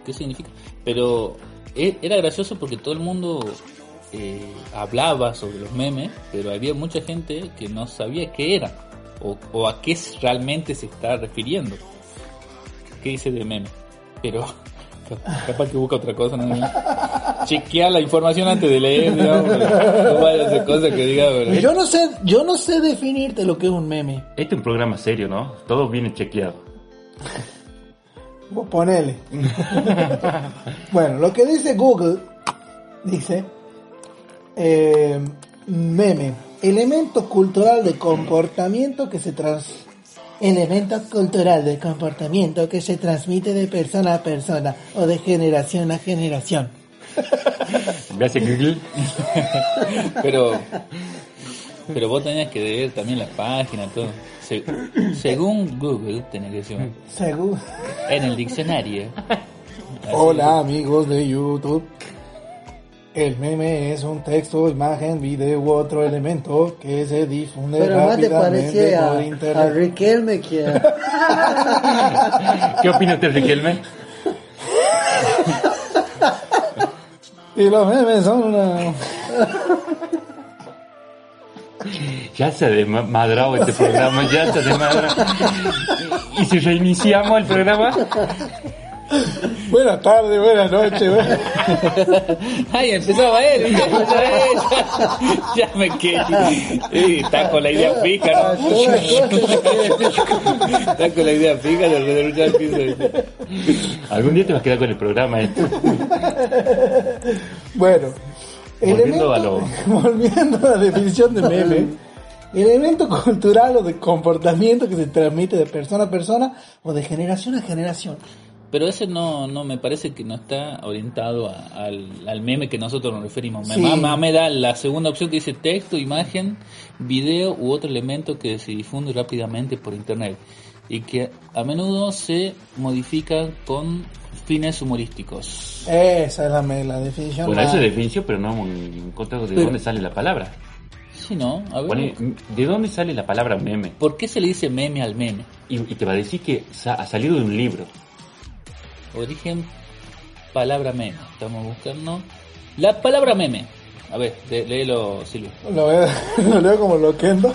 B: qué significa. Pero e- era gracioso porque todo el mundo eh, hablaba sobre los memes, pero había mucha gente que no sabía qué era o, o a qué s- realmente se está refiriendo. ¿Qué dice de meme? Pero ca- capaz que busca otra cosa. ¿no? Chequea la información antes de leer, digamos. pero No vaya a hacer cosas que diga. pero-
E: Yo no sé, yo no sé definirte lo que es un meme.
C: Este es un programa serio, ¿no? Todo viene chequeado.
E: Vos ponele. bueno, lo que dice Google, dice, eh, meme, elemento cultural de comportamiento que se trans... Elemento cultural de comportamiento que se transmite de persona a persona o de generación a generación.
C: Me hace Google.
B: Pero, pero vos tenías que ver también la página, todo. Se- según Google, tenés que decir,
E: Según...
B: en el diccionario.
E: Hola amigos de YouTube. El meme es un texto, imagen, video u otro elemento que se difunde
D: Pero más te
E: rápidamente
D: parece a,
E: por
D: a
E: internet.
D: Riquelme que a...
C: ¿Qué opina usted, Riquelme?
E: Y los memes son una...
C: Ya se ha desmadrado este programa, ya se ha desmadrado. ¿Y si reiniciamos el programa?
E: Buenas tardes, buenas noches. buenas-
B: Ay, empezaba él, ¿viste? empezaba él. Ya, ya me quedé. Eh, Está con la idea fija, ¿no? Está con la idea fija de renunciar al piso. ¿viste?
C: Algún día te vas a quedar con el programa este.
E: Bueno, el
C: Volviendo
E: evento- volviendo a la definición de meme, el evento cultural o de comportamiento que se transmite de persona a persona o de generación a generación.
B: Pero ese no, no me parece que no está orientado a- al, al meme que nosotros nos referimos. Me,
E: Sí.
B: más- más me da la segunda opción que dice texto, imagen, video u otro elemento que se difunde rápidamente por internet y que a menudo se modifica con fines humorísticos.
E: Esa es la, me- la definición. Ah,
C: Bueno,
E: más-
C: eso es definición, pero no encontramos de
B: Pero-
C: dónde sale la palabra.
B: Sí, no, a ver.
C: Pone, ¿De dónde sale la palabra meme?
B: ¿Por qué se le dice meme al meme?
C: Y, y te va a decir que sa- ha salido de un libro.
B: Origen, palabra meme. Estamos buscando. La palabra meme. A ver, lé- léelo, Silvio.
E: Lo veo, lo leo como loquendo.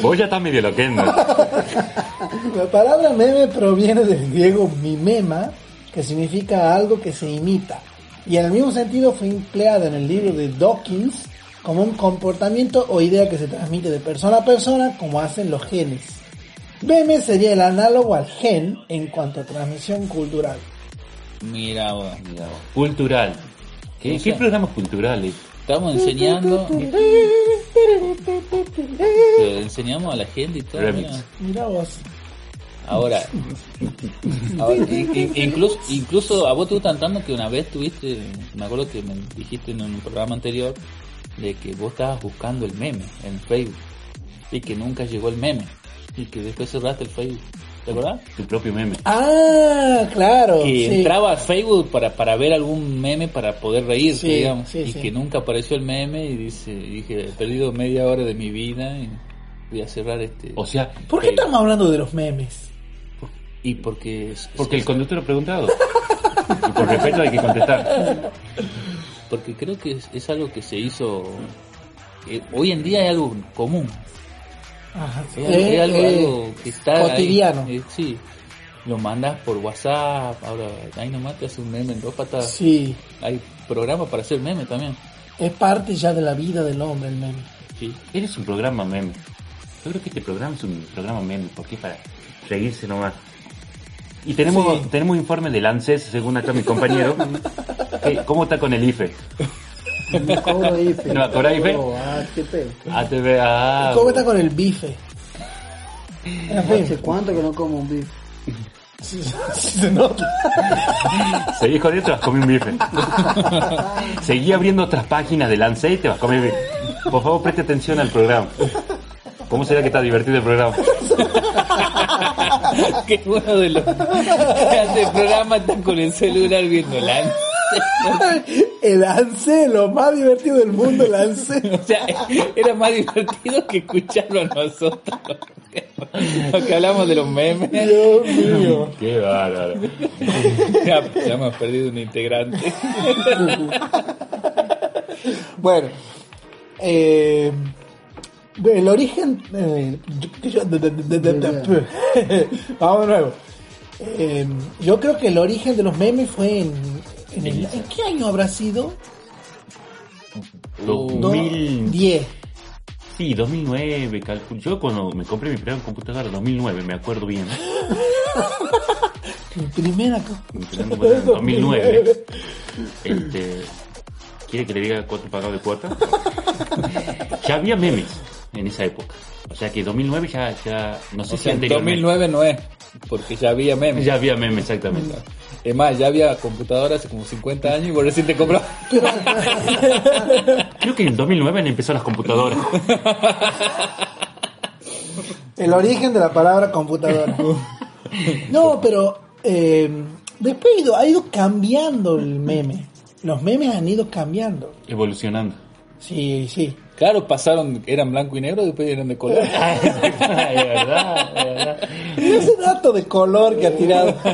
C: Vos ya estás medio loquendo.
E: La palabra meme proviene del griego mimema, que significa algo que se imita. Y en el mismo sentido fue empleada en el libro de Dawkins como un comportamiento o idea que se transmite de persona a persona como hacen los genes. Meme sería el análogo al gen en cuanto a transmisión cultural.
B: Mira, vos.
C: Mira vos. Cultural. ¿Qué,
B: O
C: qué
B: sea-
C: programas culturales?
B: estamos enseñando. eh, enseñamos a la gente y todo.
C: Remix.
B: mira.
E: Mira vos.
B: Ahora, ahora, in- in- incluso, incluso a vos te gustan tanto que una vez tuviste, me acuerdo que me dijiste en un programa anterior, de que vos estabas buscando el meme en Facebook y que nunca llegó el meme y que después cerraste el Facebook. ¿Te acordás?
C: Tu propio meme.
E: Ah, claro.
B: Que
E: sí.
B: entraba a Facebook para, para ver algún meme para poder reírse,
E: Sí,
B: digamos,
E: sí,
B: y
E: sí.
B: que nunca apareció el meme y dice, dije, he perdido media hora de mi vida y voy a cerrar este.
C: O sea,
E: ¿Por qué
C: eh,
E: estamos hablando de los memes?
B: y porque es-
C: porque el conductor ha preguntado. Y por respeto hay que contestar.
B: porque creo que es, es algo que se hizo eh, hoy en día es algo común
E: Ajá.
B: es, es algo, algo que está ahí.
E: Eh, cotidiano.
B: Eh, sí lo mandas por WhatsApp ahora ahí nomás te hace un meme en dos patadas
E: sí,
B: hay programas para hacer meme también
E: es parte ya de la vida del hombre el meme.
B: sí
C: Eres un programa meme. Yo creo que este programa es un programa meme, porque es para reírse nomás. Y tenemos,
E: Sí.
C: tenemos informe del ANSES, según acá mi compañero. que- ¿Cómo está con el IFE?
D: No cobro Oh, IFE.
C: No cobra IFE.
D: cobro ATP.
C: ATV, ah,
E: ¿Cómo está con el bife? En
D: ¿Hace
E: fin,
D: cuánto que no como un bife?
E: si- si se nota.
C: Seguís con esto, te vas a comer un bife. Seguí abriendo otras páginas del ANSES y te vas a comer bife. Por favor, preste atención al programa. ¿Cómo será que está divertido el programa?
B: que uno de los que hace el programa está con el celular viendo la
E: El lance, lo más divertido del mundo, el lance.
B: o sea era más divertido que escucharlo a nosotros lo que hablamos de los memes
E: Dios mío.
C: Qué bárbaro.
B: ya, ya hemos perdido un integrante
E: Bueno, eh, el origen. eh, yo- yo- de- de- de- de- de- Vamos de nuevo. Eh, yo creo que el origen de los memes fue en. ¿En, el- ¿en qué año habrá sido?
C: 2000,
E: 2010.
C: sí, 2009, calculo. Yo cuando me compré mi primera computadora, 2009, me acuerdo bien.
E: Mi primera. co-
C: Mi primera computadora, 2009. Este, ¿Quiere que le diga cuánto pagaba de cuota? Ya había memes en esa época. O sea que 2009 ya, ya no sé
B: O
C: si
B: sea, en
C: anteriormente.
B: 2009 no es, porque ya había memes.
C: Ya había memes, exactamente.
B: Es más, ya había computadoras hace como 50 años y vos recién te comprabas.
C: Creo que en 2009 empezó las computadoras.
E: El origen de la palabra computadora. No, pero eh, después ha ido, ha ido cambiando el meme. los memes han ido cambiando.
C: Evolucionando.
E: Sí, sí.
B: Claro, pasaron, eran blanco y negro, después eran de color.
C: es verdad, es verdad.
E: Ese dato de color que ha tirado.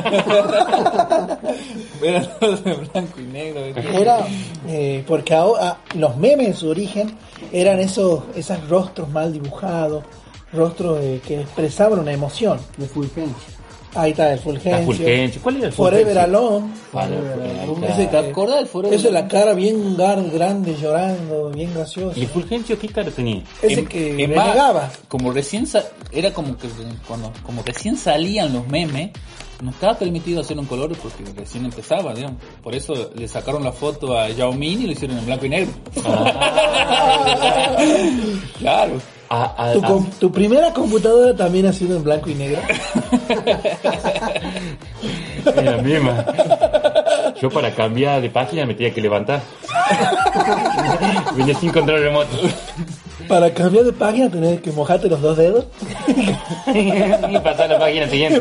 B: eran todos de blanco y negro. ¿viste?
E: Era eh, porque ahora los memes en su origen eran esos esos rostros mal dibujados, rostros eh, que expresaban una emoción.
D: de Fulgencio.
E: Ahí está el
C: La
E: Fulgencio,
C: Fulgencio. ¿Cuál era el
E: Forever
C: Fulgencio?
E: Alone.
C: Forever Alone.
B: Ese, ¿Te acordás del Forever
E: Eso es la
B: Alone?
E: cara bien gar- grande llorando, bien gracioso.
C: ¿Y el Fulgencio qué cara tenía?
E: Ese
B: En-
E: que
B: en más,
E: renegaba.
B: como recién sa- era como que cuando como recién salían los memes no estaba permitido hacer un color porque recién empezaba digamos por eso le sacaron la foto a Yao Ming y lo hicieron en blanco y negro claro
C: A- a-
E: Tu,
C: a-
E: com- tu primera computadora también ha sido en blanco y negro.
C: Era la misma. Yo para cambiar de página me tenía que levantar. Venía sin control remoto.
E: Para cambiar de página tenés que mojarte los dos dedos.
C: y pasar a la página siguiente.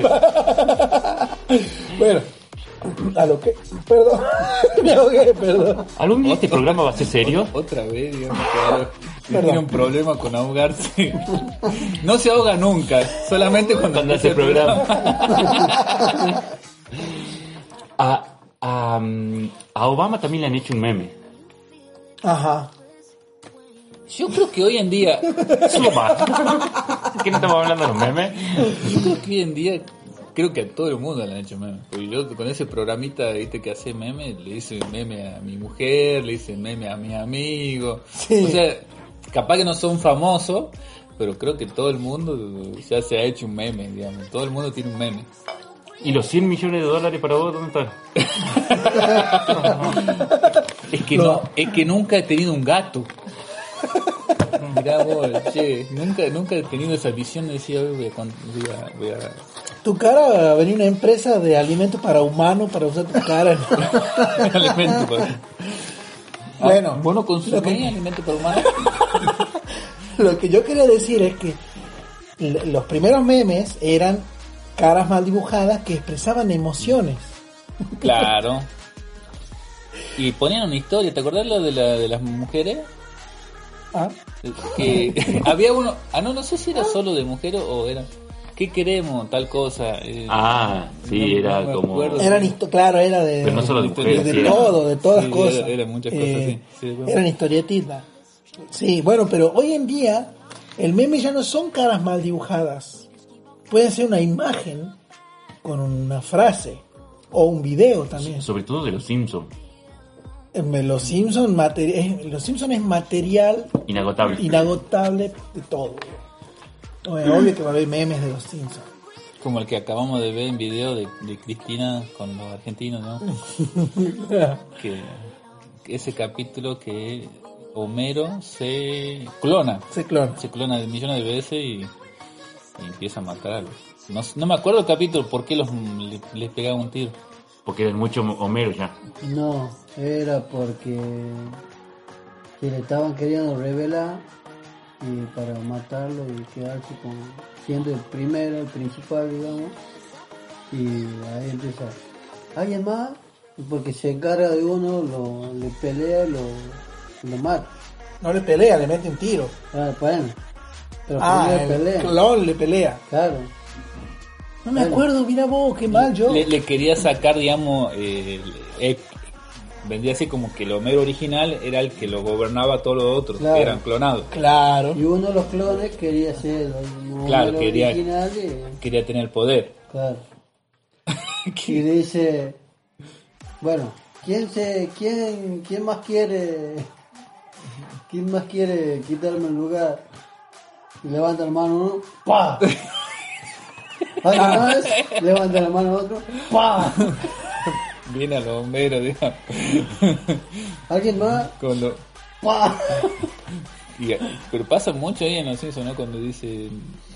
E: Bueno, a lo que... Perdón, me ahogué, perdón.
C: ¿Algún día este programa va a ser serio?
B: otra vez digamos claro Si
E: Perdón.
B: tiene un problema con ahogarse no se ahoga nunca solamente cuando,
C: Cuando hace el programa. A, a, mm, a Obama también le han hecho un meme.
E: Ajá.
B: yo creo que hoy en día
C: Es Obama. ¿Qué no estamos hablando de los memes?
B: Yo creo que hoy en día, creo que a todo el mundo le han hecho memes. Porque yo con ese programita, viste, que hace memes, le hice meme a mi mujer, le hice meme a mis amigos.
E: Sí.
B: O sea, capaz que no son famosos, pero creo que todo el mundo ya se ha hecho un meme, digamos. Todo el mundo tiene un meme.
C: ¿Y los 100 millones de dólares para vos? ¿Dónde están?
B: Es que,
E: No.
B: no. es que nunca he tenido un gato. Mirá vos, che, nunca, nunca he tenido esa visión de decir, "Ay, voy a, con- voy a- voy a
E: Tu cara va a venir una empresa de alimentos para humanos para usar tu cara.
B: alimento para- Ah,
E: Bueno,
B: ¿vos no consumís
E: lo que-
B: alimento para humanos?
E: Lo que yo quería decir es que l- los primeros memes eran caras mal dibujadas que expresaban emociones.
B: Claro. Y ponían una historia, ¿te acordás lo de, la, de las mujeres?
E: Ah,
B: Que había uno, ah no, no sé si era solo de mujeres o era, ¿qué queremos? Tal cosa. eh,
C: Ah, sí,
B: No, no
C: era
B: me
C: como...
B: acuerdo.
E: Eran histo- claro, era de,
C: Pero no solo de mujeres,
E: de
C: sí, era-
E: todo, de todas
B: sí,
E: cosas. Eh,
B: era- eran muchas cosas, sí, sí, bueno.
E: Eran historietitas. Sí, bueno, pero hoy en día el meme ya no son caras mal dibujadas. Puede ser una imagen con una frase o un video también.
C: Sobre todo de los Simpsons.
E: Eh, Los Simpson, materi- eh, los Simpson es material
C: Inagotable.
E: inagotable de todo. Bueno, obvio que va a haber memes de los Simpsons.
B: Como el que acabamos de ver en video de, de Cristina con los argentinos, ¿no? Que, que ese capítulo que Homero se clona.
E: Se clona.
B: se clona de millones de veces y, y empieza a matarlos. No, no me acuerdo el capítulo por qué los, le- les pegaba un tiro.
C: Porque eran mucho Homero ya.
D: No, era porque se le estaban queriendo revelar y para matarlo y quedarse con siendo el primero, el principal, digamos. Y ahí empieza. ¿Alguien más? Porque se encarga de uno, lo, le pelea y lo, lo mata.
E: No le pelea, le mete un tiro.
D: Ah, bueno. Pero
E: Ah,
D: primero
E: el
D: pelea.
E: clon le pelea.
D: Claro.
E: No me acuerdo, mira vos, qué mal yo.
B: Le, le quería sacar, digamos, eh, el- eh, vendría así como que el Homero original era el que lo gobernaba a todos los otros,
D: Claro.
B: que eran clonados.
E: Claro.
D: Y uno de los clones quería ser el número
B: Claro, quería-
D: original y-
B: Quería tener el poder.
D: claro. Y dice, bueno, ¿quién se, quién, quién más quiere, quién más quiere quitarme el lugar? Y levanta la mano uno, ¡pa! Otra vez, levanta la mano otro, ¡pa!
B: Viene a los Homero, digamos.
D: ¿Alguien más?
B: Cuando-
D: ¡pa!
B: y- pero pasa mucho ahí en los Simpsons, ¿no? Cuando dice,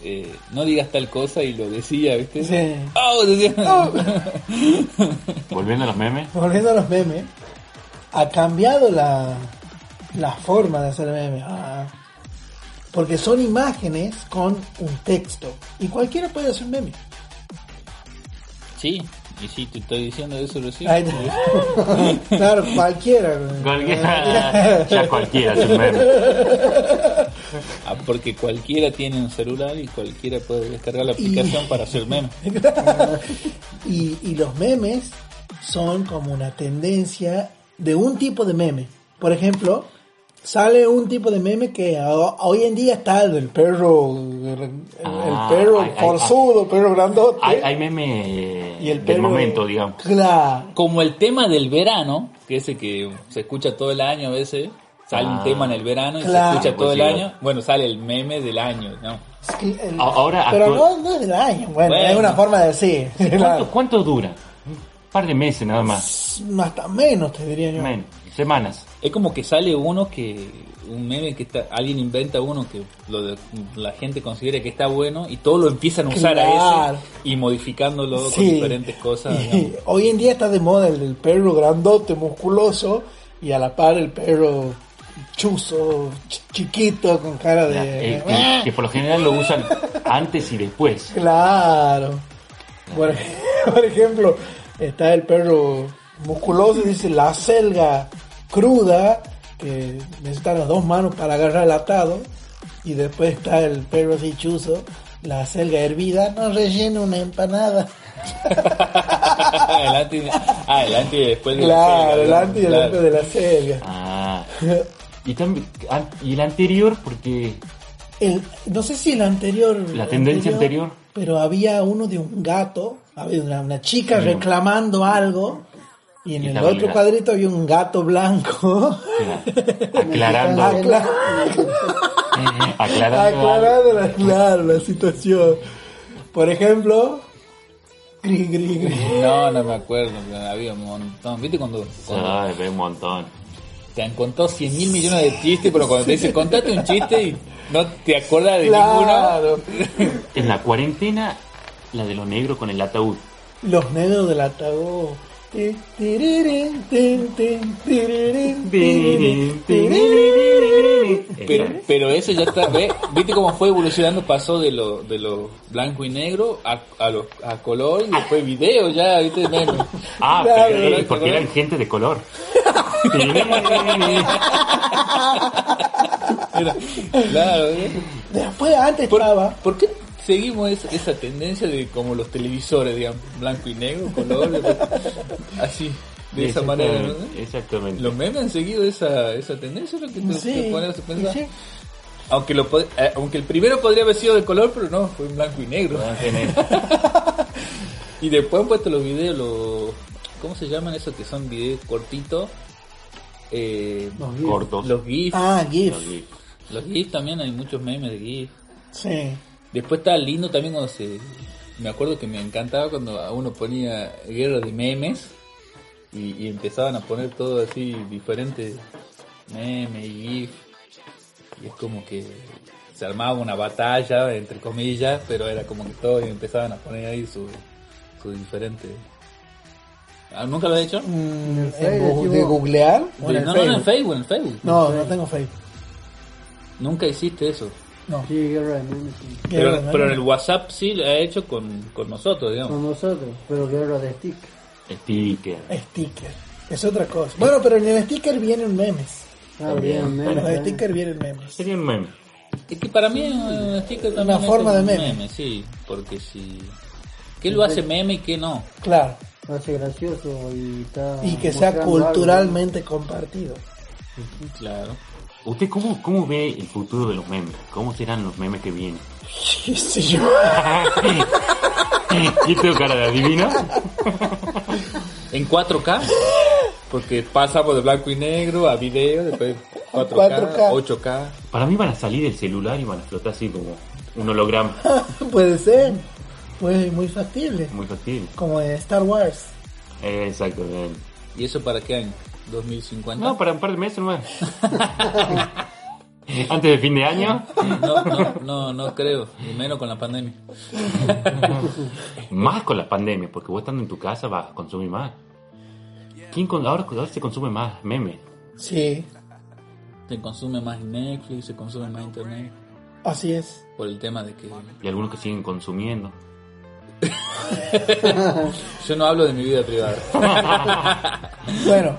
B: eh, no digas tal cosa y lo decía, ¿viste?
E: Sí.
B: ¡Oh! decía.
C: Volviendo a los memes.
E: Volviendo a los memes, ha cambiado la, la forma de hacer memes. Ah. Porque son imágenes con un texto. Y cualquiera puede hacer un meme.
B: Sí, Y sí, te estoy diciendo eso recién.
E: Ahí está. claro, cualquiera. güey.
C: Cualquiera, ya cualquiera es un meme.
B: Ah, porque cualquiera tiene un celular y cualquiera puede descargar la aplicación para hacer memes.
E: Y, y los memes son como una tendencia de un tipo de meme. Por ejemplo, sale un tipo de meme que a- hoy en día está el del perro, el, el
C: Ah,
E: perro
C: ay, ay,
E: forzudo, perro grandote.
C: Hay, hay meme
E: y el
C: del
E: perro-
C: momento, digamos.
E: Claro.
B: Como el tema del verano, que ese que se escucha todo el año a veces, sale
C: Ah.
B: un tema en el verano y
E: Claro.
B: se escucha todo el
C: Pues sí.
B: año, bueno, sale el meme del año, ¿no?
E: Es que el-
C: A- ahora
E: pero
C: actu-
E: no, no es del año, bueno,
B: Bueno.
E: es una forma de decir.
C: ¿Cuánto,
E: Claro.
C: cuánto dura? Un par de meses nada más.
E: Hasta menos, te diría yo.
C: Men, semanas.
B: Es como que sale uno que, un meme que está, alguien inventa uno que lo de- la gente considera que está bueno y todos lo empiezan a usar a
E: Claro.
B: ese y modificándolo con
E: Sí.
B: diferentes cosas.
E: Y
B: digamos.
E: hoy en día está de moda el, el perro grandote, musculoso, y a la par el perro chuzo, ch- chiquito, con cara
C: Ya,
E: de...
C: eh, que, que por lo general lo usan antes y después.
E: Claro. Por, ej- por ejemplo, está el perro musculoso y dice la selga cruda, que necesitan las dos manos para agarrar el atado. Y después está el perro así chuzo, la selga hervida, no rellena una empanada.
B: adelante, y- ah, adelante y después de la
E: Claro,
B: serie,
E: delante y
B: claro.
E: delante de la selga.
C: Ah. Y, también, an- y el anterior, porque
E: El- no sé si el anterior.
C: La tendencia anterior.
E: Pero había uno de un gato, había una, una chica reclamando algo. Y en
C: Y
E: el
C: la
E: otro
C: realidad.
E: cuadrito había un gato blanco.
C: mira, aclarando, eh,
E: Acla-
C: aclarando,
E: aclarando la, claro, la situación. Por ejemplo, gris, gris, gris.
B: No, no me acuerdo, pero había un montón. ¿Viste cuando, cuando
C: algo. Ay, ve un montón.
B: te han contado 100 mil millones de chistes, pero cuando te dicen contate un chiste y no te acuerdas de ninguno?
E: Claro.
C: En la cuarentena, la de los negros con el ataúd.
E: Los negros del ataúd. Ti, tirirín, tin, tin, tirirín, tirirín, tirirín.
C: Eh,
B: Pero, pero eso ya está, ¿ves? ¿viste cómo fue evolucionando? Pasó de lo, de lo blanco y negro a, a, lo- a color y después video ya, ¿viste? Meme.
C: Ah,
E: Claro,
C: pero, eh,
B: claro,
C: porque
B: claro.
C: eran gente de color.
B: Era- claro, ¿eh?
E: Después, antes estaba.
B: ¿Por qué seguimos es- esa tendencia de como los televisores, digamos, blanco y negro, color, así, de esa manera, ¿no?
C: Exactamente, Exactamente.
B: Los memes han seguido esa, esa tendencia, lo que te, te
E: Sí,
B: pones a pensar.
E: sí.
B: Aunque, lo, pod- eh, aunque el primero podría haber sido de color, pero no, fue en blanco y negro.
D: Ah,
B: Y después han puesto los videos, los... ¿Cómo se llaman esos que son videos cortitos? Eh,
D: Los gifs.
C: Cortos.
B: los GIFs.
E: Ah, GIF.
B: Los GIFs también hay muchos memes de GIFs.
E: Sí.
B: Después estaba lindo también cuando se... Me acuerdo que me encantaba cuando a uno ponía guerra de memes y, y empezaban a poner todo así diferente. Meme, GIF. Y es como que se armaba una batalla, entre comillas, pero era como que todos empezaban a poner ahí su, su diferente... Ah, ¿Nunca lo he hecho?
E: Mm,
D: el
E: en
D: Facebook,
E: gu-
D: tipo-
E: de googlear o en
B: De-
E: el
B: no, no, en
E: Facebook.
B: Facebook, en Facebook.
E: No, no tengo Facebook.
B: Nunca hiciste eso.
E: No.
D: Sí, guerra de memes. sí.
B: Pero,
E: Guerra de
B: pero en
E: memes.
B: el WhatsApp sí lo ha hecho con, con nosotros, digamos.
D: Con nosotros, pero guerra de stick.
C: Sticker.
E: sticker. Es otra cosa. Bueno, pero en el sticker vienen memes.
D: Ah, bien,
E: En los
D: memes. eh.
E: stickers vienen memes.
C: Sería un meme.
B: Es que para mí es un sticker también. es
E: forma de
B: un
E: meme.
B: Sí, porque si... ¿Qué lo hace meme y qué no?
E: Claro.
D: Lo Hace gracioso y está.
E: Y que sea
D: mostrando algo.
E: culturalmente compartido.
B: Claro.
C: ¿Usted cómo, cómo ve el futuro de los memes? ¿Cómo serán los memes que vienen?
E: ¿Qué sé yo?
C: ¿Y tengo cara de adivino?
B: En 4K, porque pasamos de blanco y negro a video, después 4K,
E: 4K.
B: 8K.
C: Para mí van a salir del celular y van a flotar así como un holograma.
E: Puede ser. Pues muy factible.
C: Muy factible.
E: Como en Star Wars.
C: Exactamente.
B: ¿Y eso para qué año? 2050.
C: No, para un par de meses nomás. Antes de fin de año,
B: No, no, no, no creo, y menos con la pandemia.
C: más con la pandemia, porque vos estando en tu casa vas a consumir más. ¿Quién con- ahora, ahora se consume más memes?
E: Sí.
B: Se consume más Netflix, se consume más internet,
E: Así es.
B: por el tema de que
C: Y algunos que siguen consumiendo.
B: Yo no hablo de mi vida privada.
E: Bueno,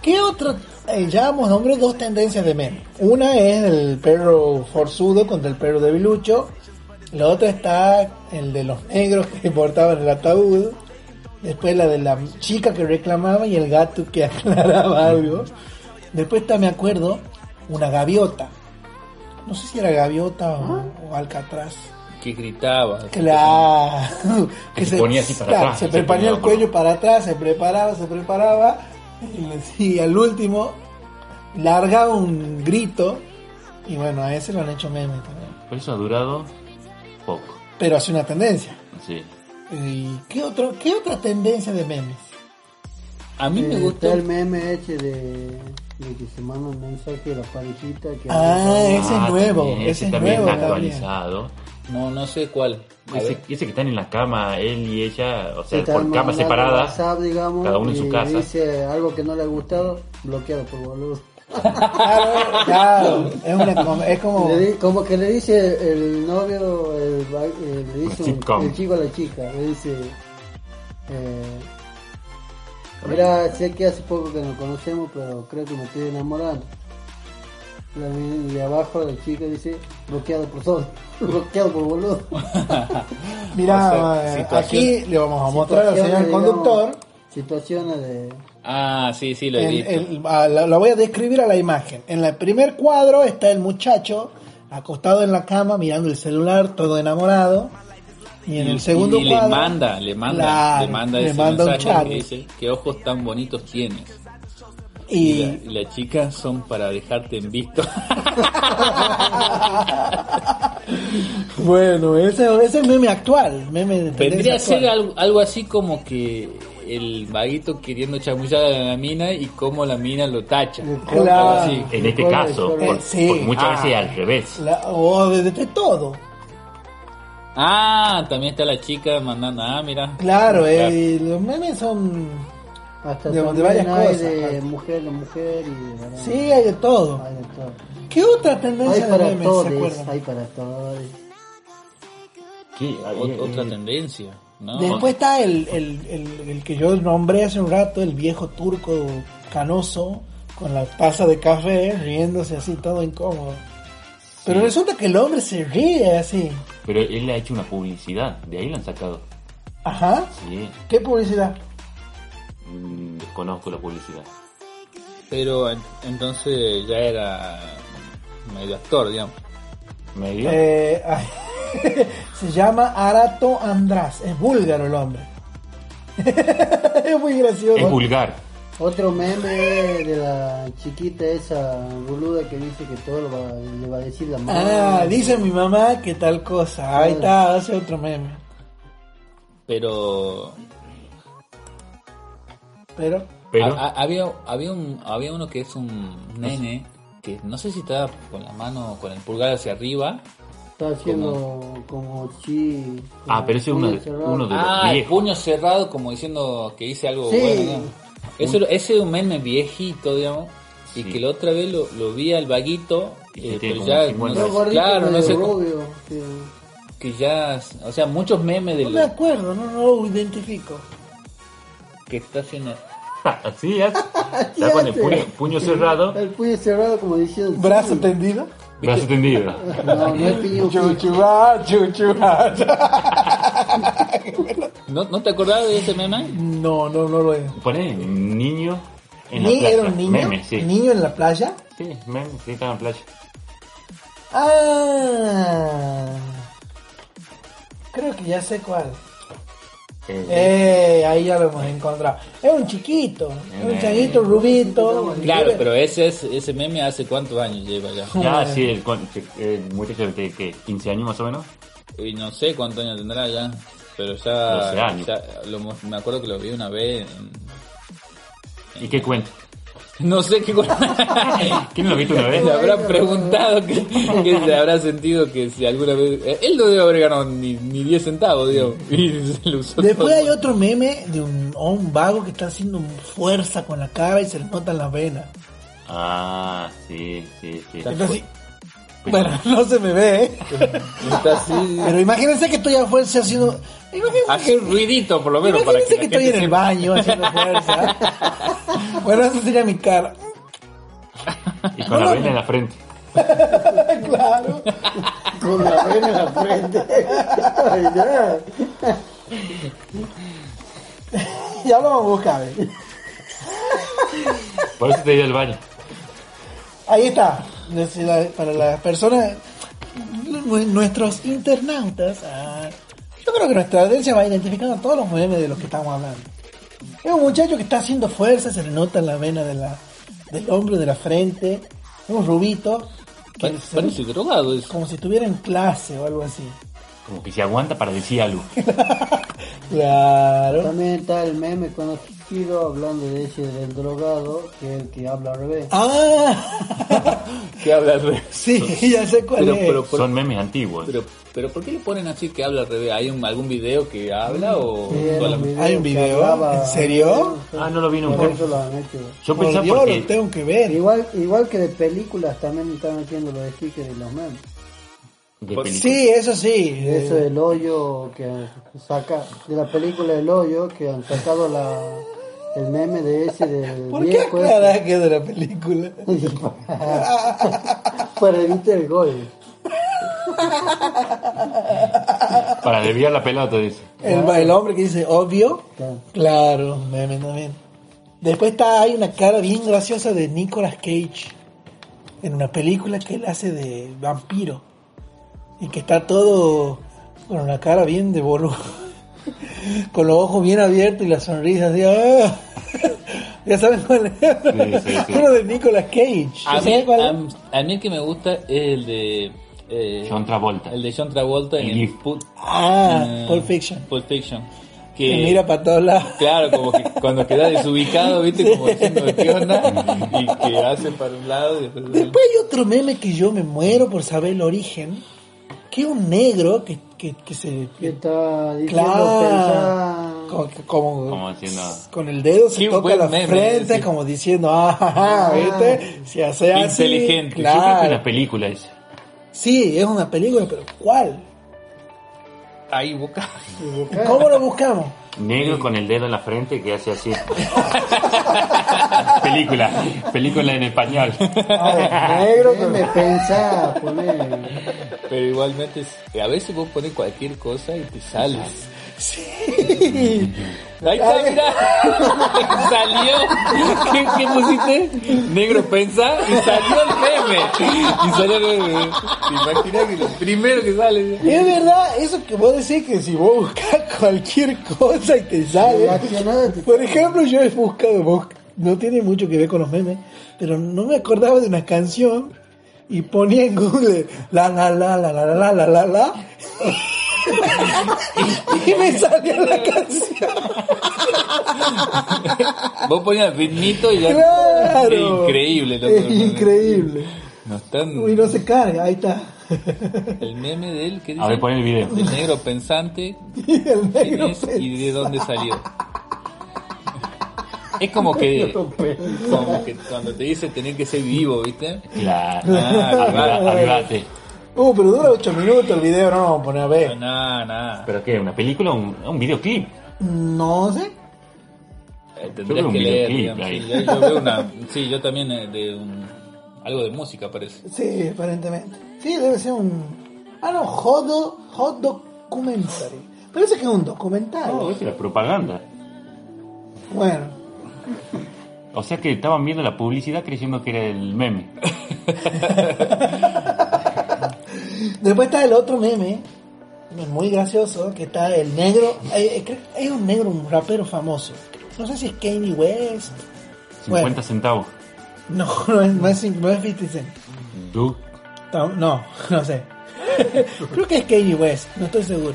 E: ¿qué otro? eh, ya hemos nombrado dos tendencias de memes. Una es el perro forzudo contra el perro debilucho. La otra está el de los negros que portaban el ataúd. Después la de la chica que reclamaba y el gato que aclaraba algo. Después está, me acuerdo, una gaviota. No sé si era gaviota o, o alcatraz.
B: que gritaba.
E: Claro.
C: Que se ponía así para atrás,
E: Se
C: se
E: preparaba el
C: ponía
E: cuello para atrás, se preparaba, se preparaba. Y, le- y al último largaba un grito. Y bueno, a ese lo han hecho meme también.
C: Por eso ha durado poco.
E: Pero hace una tendencia.
C: Sí.
E: ¿Y qué, otro, qué otra tendencia de memes?
B: A mí me
D: Eh,
B: gustó.
D: Está el meme ese de, de que se manda un mensaje a la parejita que...
E: Ah,
B: eh.
E: ese es
C: Ah,
E: nuevo.
C: también,
E: ese es
C: también
E: nuevo.
C: está
E: también.
C: actualizado.
B: No, no sé cuál. A
C: Ese,
B: ver.
C: ese que están en la cama, él y ella, o
D: Se
C: sea,
D: está
C: por
D: mandando
C: camas separadas.
D: WhatsApp, digamos,
C: cada uno en su
D: y
C: casa.
D: dice algo que no le ha gustado, bloqueado por boludo.
E: Claro, claro. Es, una com- es como.
D: Le di- como que le dice el novio, el, ba- eh, le dice un-
C: Sitcom.
D: el chico a la chica, le dice, eh, mira, sé que hace poco que nos conocemos, pero creo que me estoy enamorando. La mi- Y abajo la chica dice, bloqueado por sol, bloqueado por boludo.
E: Mira,
B: O sea,
E: eh,
B: situación-
E: aquí le vamos a mostrar al señor
D: Situaciones,
E: conductor.
D: digamos, Situaciones de...
B: Ah, sí, sí, lo he
E: En-
B: visto.
E: el- a la- lo voy a describir a la imagen. En el primer cuadro está el muchacho acostado en la cama mirando el celular, todo enamorado. Y en el segundo
B: y le
E: cuadro
B: manda, le manda,
E: Claro,
B: le manda
E: le
B: ese
E: manda un
B: mensaje
E: chat.
B: que dice, qué ojos tan bonitos tienes. Y,
E: y
B: la, y la chica son para dejarte en visto.
E: bueno, ese ese es el meme actual, meme de
B: Vendría
E: tendencia
B: a ser
E: actual.
B: algo, algo así como que el vaguito queriendo chamullar a la mina y cómo la mina lo tacha.
E: Claro.
B: Algo así.
C: En este
D: Por-
C: caso,
D: por-
C: por-
E: sí.
C: porque muchas
B: Ah.
C: veces al revés.
E: La- o de, de todo.
B: Ah, también está la chica mandando, ah, mira.
E: Claro, eh, los memes son
D: Hasta
E: De- de
D: también
E: varias
D: hay
E: cosas,
D: De
E: claro.
D: mujer a mujer y de varón.
E: sí hay de todo.
D: Hay de todo.
E: ¿Qué otra
D: Hay
E: tendencia de
D: para
E: memes se
D: todos,
E: acuerdan?
D: hay para todos.
C: ¿Qué?
B: Ot- otra tendencia, ¿no?
E: Después está el, el, el- el que yo nombré hace un rato, el viejo turco canoso, con la taza de café, riéndose así, todo incómodo. Pero resulta que el hombre se ríe así.
C: Pero él ha hecho una publicidad, de ahí lo han sacado.
E: Ajá.
C: Sí,
E: ¿Qué publicidad?
C: mm, desconozco la publicidad.
B: Pero en- entonces ya era medio actor, digamos.
C: ¿Medio?
E: Eh, ay, se llama Arato András. Es búlgaro el hombre. es muy
C: es
E: gracioso.
C: vulgar.
D: Otro meme de la chiquita esa boluda que dice que todo lo va, le va a decir la madre.
E: Ah, dice mi mamá que tal cosa. Ahí está, hace otro meme.
B: Pero
E: Pero
C: Pero
E: Ah,
B: Ha- ha- había, había, un, había uno que es un nene que no sé si estaba con la mano, con el pulgar hacia arriba.
D: Está haciendo como chi.
C: Ah, pero ese es uno de- uno de- los
B: Ah, el
C: viejos.
B: puño cerrado, como diciendo que hice algo
D: Sí.
B: bueno. ¿no? Eso, lo- ese es un meme viejito, digamos. Y
C: Sí.
B: que la otra vez lo, lo vi al vaguito,
C: Y que
B: eh,
C: tiene
B: pero
C: como
B: ya,
D: Ah,
C: 50.
B: no sé-
C: Pero
B: claro, no sé, cómo-
D: Rubio, sí.
B: que ya, o sea, muchos memes de
E: no me
B: lo
E: acuerdo, no, no lo identifico.
B: que está haciendo.
E: ah.
C: así es. Está con el
D: hace.
C: puño, puño cerrado,
D: El puño cerrado como diciendo.
E: Brazo
D: sí.
E: tendido.
C: brazo tendido.
D: No, no es piñón.
E: Chuchubá, chuchubá.
B: ¿No, ¿No te acordabas de ese meme?
E: No, no, no lo es.
C: Pone niño en la
E: Ni-
C: playa.
E: era un niño,
C: Meme, sí.
E: niño en la playa.
C: Sí, meme, sí, está en la playa.
E: Ah, creo que ya sé cuál.
C: Eh,
E: Eh, ahí ya lo hemos encontrado. Es un chiquito, es un changuito rubito.
B: Claro, pero ese es, ese meme hace cuántos años lleva ya.
C: Ya, sí, el, con- el muchacho de que 15 años más o menos.
B: Y no sé cuántos años tendrá ya, pero
C: Doce
B: ya,
C: años.
B: ya- lo mo- me acuerdo que lo vi una vez. en-
C: ¿Y qué cuenta?
B: no sé qué cu- le
C: ¿Quién lo viste una vez?
B: habrán preguntado que, que se habrá sentido que si alguna vez eh, él no debe haber ganado ni, ni 10 centavos, digo, y se lo usó
E: Después
B: todo.
E: hay otro meme de un, o un vago que está haciendo fuerza con la cara y se le notan las venas.
C: Ah, sí, Pues, sí, sí.
E: Entonces,
B: pues,
E: Bueno, no se me ve, ¿eh?
B: Está así.
E: Pero imagínense que estoy afuera haciendo. Imagínense,
B: Hace un ruidito, por lo menos, Ah, para que,
E: imagínense
B: la
E: que
B: gente
E: estoy en el
B: sepa.
E: baño haciendo fuerza. bueno, esa sería mi cara.
C: Y con la vela en la frente.
E: claro.
D: Con la vena en la frente. Ay, ya.
E: Ya lo vamos a buscar. ¿eh?
C: Por eso te he ido al baño.
E: Ahí está. Desde la- Para las personas, nu- nuestros internautas, ah, yo creo que nuestra audiencia va identificando todos los memes de los que estamos hablando. Es un muchacho que está haciendo fuerza, se le nota la vena de la, del hombro, de la frente, un rubito, que
B: Pa-
E: se-
B: Parece drogado eso.
E: como si estuviera en clase o algo así.
C: Como que se aguanta para decir algo.
E: Claro.
D: También está el meme conocido hablando de ese del drogado, que es el que habla al revés.
E: Ah,
B: Que habla al revés.
E: sí, ya sé cuál
B: Pero,
E: es.
B: pero, por,
C: Son memes antiguos.
B: pero, pero ¿por qué le ponen así que habla al revés? ¿Hay un- algún video que habla o...?
D: Sí, era
B: solamente-
E: Oh, ¿Hay un
D: que
E: video?
D: hablaba-
E: ¿En serio?
C: Ah, no lo vi nunca.
D: Por eso lo han hecho.
C: Yo
E: Por
C: pensaba
E: Dios,
C: porque...
E: lo tengo que ver.
D: Igual, igual que de películas también están haciendo los stickers y los memes.
C: de
B: Por-
C: película.
E: Sí, eso sí.
D: Eso del hoyo que han saca de la película El hoyo que han sacado la el meme de ese del
E: ¿Por qué
D: ese.
E: aclarás que es de la película?
D: para evitar el gol.
C: Para desviar la pelota, dice.
E: El, el hombre que dice obvio.
D: Claro.
E: Claro, meme también. Después está, hay una cara bien graciosa de Nicolas Cage en una película que él hace de vampiro y que está todo con una cara bien de boludo, con los ojos bien abiertos y la sonrisa así. "Ah". ya saben cuál es.
C: Sí, sí, sí.
E: Uno de Nicolas Cage.
B: A
E: ¿Saben
B: mí,
E: cuál es?
B: a- a mí el que me gusta es el de... eh,
C: John Travolta.
B: El de John Travolta en
C: El
B: el
C: GIF.
B: put-
E: Ah,
B: eh,
E: Pulp Fiction.
B: Pulp Fiction.
E: Que
B: Que,
E: mira para todos lados.
B: Claro, como que cuando queda desubicado, viste, como diciendo qué onda, y que hace para un lado y después...
E: Después pues hay otro meme que yo me muero por saber el origen, que es un negro que, que, que se...
D: Que está diciendo
E: Claro,
D: pensar
E: como, como-
C: Como ah. diciendo...
E: con el dedo se
B: Qué
E: toca
B: buen
E: la
B: meme,
E: frente
B: sí.
E: como diciendo, ah, ja, ja, ¿viste? Si hace
B: Qué
E: así,
B: inteligente.
C: Yo creo que es una
E: Claro.
C: película esa.
E: Sí, es una película, pero ¿cuál?
B: Ahí boca.
E: ¿Cómo lo buscamos?
C: Negro con el dedo en la frente que hace así. película. Película en español.
D: negro que me pensa poner
B: Pero igualmente, es- a veces vos pones cualquier cosa y te sales.
E: Sí.
B: Ahí está, mira. salió. ¿Qué, qué pusiste? Negro pensa y salió el meme. Y salió el meme. ¿Te imaginas que lo primero que sale?
E: Es verdad, eso que vos decís que si vos buscas cualquier cosa y te sale.
D: Reaccionada te-
E: Por ejemplo, yo he buscado, vos- no tiene mucho que ver con los memes, pero no me acordaba de una canción y ponía en Google la la la la la la la la la la. y me salía la canción.
B: Vos ponías el ritmito y ya.
E: Claro.
B: Es increíble, loco.
E: Es increíble.
B: No están.
E: Uy, no se carga, ahí está.
B: El meme de él, ¿qué dice?
C: A ver, pues. pon el video.
B: De negro pensante,
E: Y el
B: ¿quién
E: negro
B: es
E: pe-
B: y de dónde salió? Es como que, como que cuando te dice tener que ser vivo, ¿viste?
C: Claro.
B: Ah,
C: Aviva- Avivate.
E: Uh, pero dura 8 minutos el video, no lo vamos a poner a
B: no,
E: ver.
B: nada, nada.
C: ¿Pero qué? ¿Una película o un, un videoclip?
E: No sé.
B: Eh,
C: Yo veo
B: Tendrías
C: un
B: que leer,
C: videoclip
B: digamos.
C: ahí.
B: Sí, yo, yo veo una, sí, yo también eh, de un, algo de música parece.
E: Sí, aparentemente. Sí, debe ser un. Ah, no, hot, do- hot documentary. Parece que es un documental.
C: No, esa era propaganda.
E: Bueno,
C: O sea que estaban viendo la publicidad creyendo que era el meme.
E: después está el otro meme, muy gracioso, que está el negro. eh, eh, creo- Hay un negro, un rapero famoso. No sé si es Kanye West.
C: 50
E: Bueno,
C: centavos.
E: no, no es, no es, no es 50 Cent.
C: Du-
E: Ta- No, no sé. Creo que es Kanye West, no estoy seguro.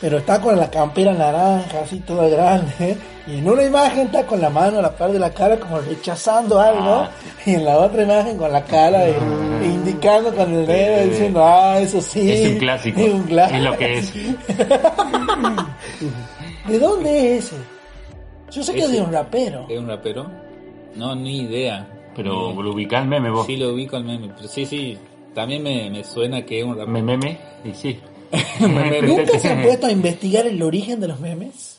E: Pero está con la campera naranja, así toda grande. Y en una imagen está con la mano a la par de la cara, como rechazando algo.
C: Ah.
E: Y en la otra imagen con la cara eh, indicando con el dedo,
C: Sí.
E: diciendo, ah, eso sí.
C: Es un clásico.
E: Es un clásico.
C: Es lo que es.
E: ¿De dónde es ese? Yo sé que es de
B: Ese.
E: un rapero.
C: Eh,
B: ¿Es un rapero? No, ni idea.
C: Pero
B: Ni idea.
C: lo ubicás el meme vos.
B: Sí lo ubico al meme, pero sí, sí, También me, me suena que es un
C: Me
B: rapero.
C: meme, y sí.
E: ¿Nunca se han puesto a investigar el origen de los memes?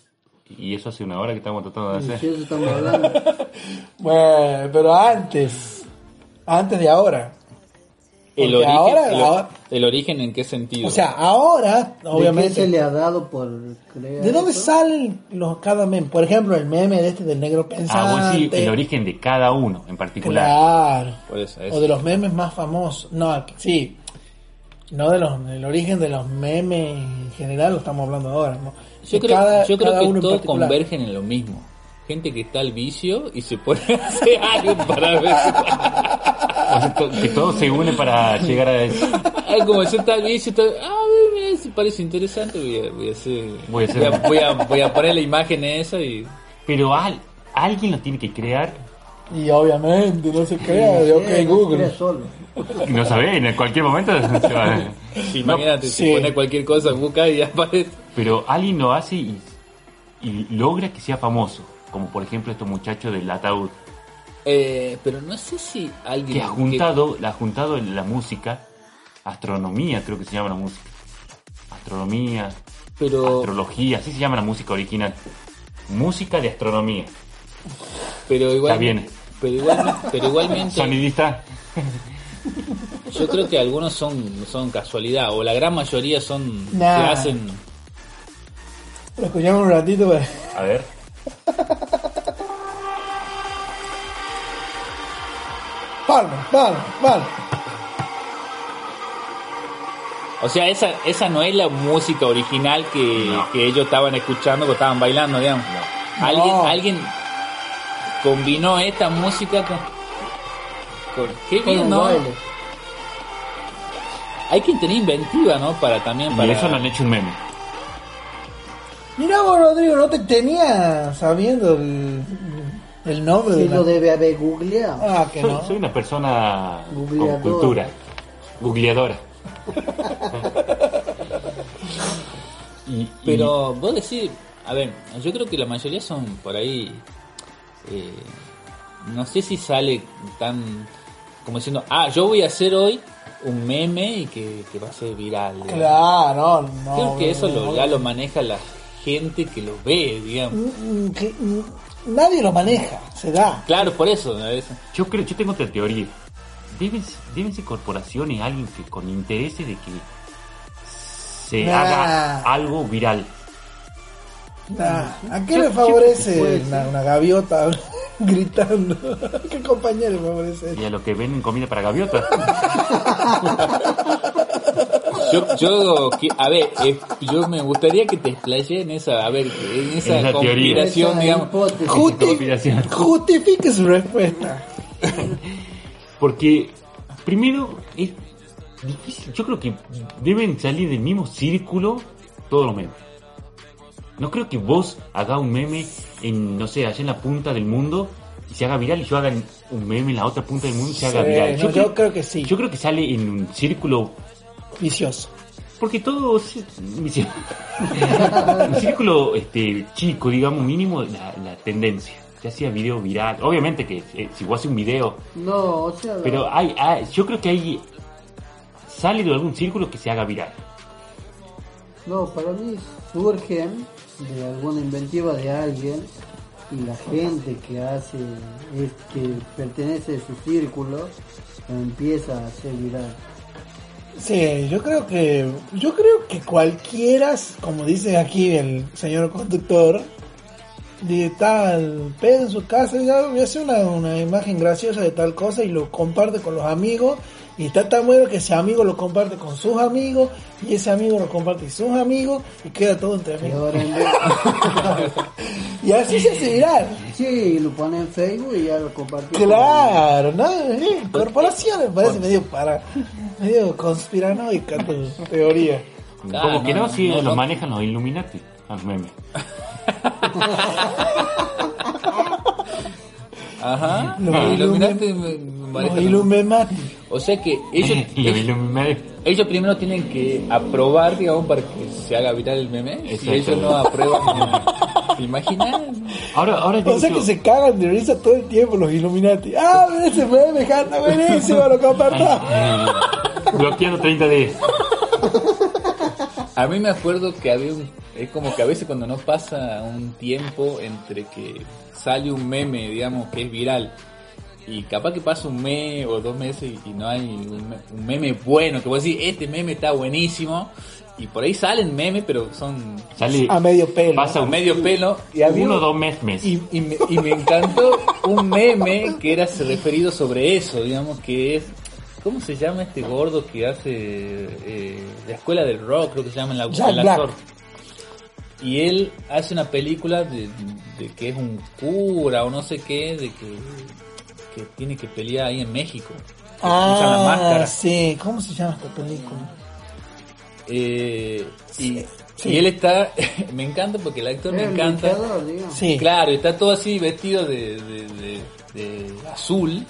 C: y eso hace una hora que estamos tratando de
D: Si
C: hacer.
D: eso estamos hablando.
E: Bueno, pero antes. Antes de ahora.
B: El
E: Porque
B: origen,
E: ahora-
B: el,
E: ahora-
B: el origen en qué sentido.
E: O sea, ahora,
D: Obviamente.
E: obviamente.
D: se le ha dado por creer?
E: ¿De dónde
D: eso?
E: salen los cada meme? Por ejemplo, el meme de este del negro pensante.
C: Ah, vos sí, el origen de cada uno en particular.
E: Claro.
B: por eso es.
E: O de los memes más famosos. No, sí. No de los, el origen de los memes en general lo estamos hablando ahora. ¿no?
B: Yo
E: De
B: creo,
E: cada-
B: yo creo
E: cada uno
B: que
E: en
B: todos
E: particular.
B: convergen en lo mismo. Gente que está al vicio y se pone a hacer algo para ver.
C: O sea, to- que todo se une para llegar a eso.
B: Es como yo está al vicio, está... ah, mira, si parece interesante, voy a, voy a hacer...
C: Voy a hacer-
B: voy a, voy a- voy a poner la imagen esa y...
C: Pero al, alguien lo tiene que crear.
E: Y obviamente, no se crea
D: Sí,
E: de OK
D: no se
E: Google.
D: cree solo.
C: No sabés, en cualquier momento se va a-
B: Imagínate, si
E: No, sí.
B: pone cualquier cosa, busca y aparece.
C: Pero alguien lo hace y, y logra que sea famoso. Como por ejemplo estos muchachos del ataúd.
B: Eh, pero no sé si alguien...
C: Que ha juntado, la ha juntado en la música. Astronomía creo que se llama la música. Astronomía,
B: que- pero,
C: astrología, así se llama la música original. Música de astronomía.
B: pero igual...
C: Ya viene.
B: Pero, igual, pero igualmente...
C: Sonidista.
B: Yo creo que algunos son, son casualidad, o la gran mayoría son
E: Nah.
B: que hacen.
E: Lo escuchamos un ratito. pues. pero-
C: A ver.
E: Palma, palma, palma.
B: O sea, esa, esa no es la música original que,
C: No.
B: que ellos estaban escuchando, que estaban bailando, digamos. Alguien,
E: No.
B: alguien combinó esta música con. con- qué
D: Con
B: bien,
D: un
B: ¿no?
D: baile.
B: Hay que tener inventiva, ¿no? Para también.
C: Y
B: Para...
C: eso lo han hecho un meme.
E: Mirá vos, Rodrigo, no te tenía sabiendo el, el nombre
D: Sí
E: de la-
D: lo debe haber googleado.
E: Ah, que
C: Soy,
E: no.
C: soy una persona
D: Googleadora.
C: con cultura. Googleadora. Y- y-
B: Pero vos decís, a ver, yo creo que la mayoría son por ahí. eh, no sé si sale tan. como diciendo, ah, yo voy a hacer hoy un meme y que, que va a ser viral. digamos.
E: Este, Claro, no, no.
B: Creo que eso
E: no,
B: lo, ya lo maneja la gente que lo ve, digamos.
E: Mm, mm, que- mm, Nadie lo maneja, se da.
B: Claro, por eso. ¿no? Eso.
C: Yo creo, yo tengo otra teoría. Deben, deben ser corporaciones, alguien que con interés de que se
E: Nah.
C: haga algo viral.
E: Nah, ¿A qué
C: Yo-
E: le
C: yo
E: favorece
D: creo que
E: una, una gaviota gritando? ¿Qué compañía le favorece?
C: Y a los que venden comida para gaviotas.
B: Yo, yo, que- a ver, eh, yo me gustaría que te explayé en esa, a ver, en esa,
C: En esa teoría.
B: conspiración,
D: Esa eh,
B: digamos.
D: hipótesis.
E: Justi-
C: Combinación.
E: justifique su respuesta.
C: Porque primero es difícil. Yo creo que deben salir del mismo círculo todos los memes. No creo que vos haga un meme en, no sé, allá en la punta del mundo y se haga viral y yo haga un meme en la otra punta del mundo y se haga
E: Sí,
C: viral.
E: no, yo creo que sí.
C: Yo creo que sale en un círculo
E: Vicioso.
C: porque todo es- mi cí- mi círculo este, chico, digamos, mínimo, la, la tendencia. Ya sea video viral. Obviamente que eh, si vos haces un video,
D: No, o sea,
C: pero hay, hay- yo creo que hay. Sale de algún círculo que se haga viral.
D: no, para mí surgen de alguna inventiva de alguien y la gente que hace, es que pertenece a ese círculo, lo empieza a hacer viral.
E: Sí, yo creo que yo creo que cualquiera, como dice aquí el señor conductor, de tal pedo en su casa, y ya, y hace una, una imagen graciosa de tal cosa y lo comparte con los amigos y está tan bueno que ese amigo lo comparte con sus amigos y ese amigo lo comparte con sus amigos y queda todo entre
D: Y
E: amigos.
D: ahora en vez-
E: Y así se hace viral.
D: Sí, y lo pone en Facebook y ya lo compartí.
E: Claro, ¿no? Eh, corporaciones parece medio para medio conspiranoica tu teoría.
B: Ah,
C: Como que
B: no,
C: no,
B: no,
C: si
B: no,
C: los
B: no.
C: manejan los Illuminati, Ah, a los memes.
B: Ajá.
E: Los
B: Los iluminaste,
E: ilumen-
B: me- me
E: Los
B: manejan.
E: Illuminati.
B: O sea que ellos,
C: los
B: ellos,
C: Illuminati.
B: ellos primero tienen que aprobar, digamos, para que se haga viral el meme. Si
C: Exacto.
B: ellos no aprueban, ¿te imaginas?
C: Ahora, ahora
E: O sea
C: digo
E: que
C: yo,
E: se cagan de risa todo el tiempo los Illuminati. Ah, mira ese meme, Janda, buenísimo, lo compartamos.
C: Bloqueando 30 días.
B: A mí me acuerdo que había un, es como que a veces cuando no pasa un tiempo entre que sale un meme, digamos, que es viral, y capaz que pasa un mes o dos meses y, y no hay un, me- un meme bueno, que vos decís, este meme está buenísimo, y por ahí salen memes, pero son
C: Sale
E: A medio pelo.
C: Pasa
B: a medio pelo, y había
C: uno o
B: un-
C: dos meses. mes.
B: y, y me, y me encantó un meme que era referido sobre eso, digamos, que es... ¿Cómo se llama este gordo que hace eh, la escuela del rock? Creo que se llama el, au-
E: Jack
B: el
E: Black.
B: actor. Y él hace una película de, de que es un cura o no sé qué, de que, que tiene que pelear ahí en México. Que usa la
E: Ah,
B: máscara.
E: sí. ¿Cómo se llama esta película?
B: Eh, y,
E: Sí.
B: y él está... me encanta porque el actor me
D: El
B: encanta.
D: luchador, digamos.
E: Sí.
B: Claro, está todo así vestido de, de- de- de azul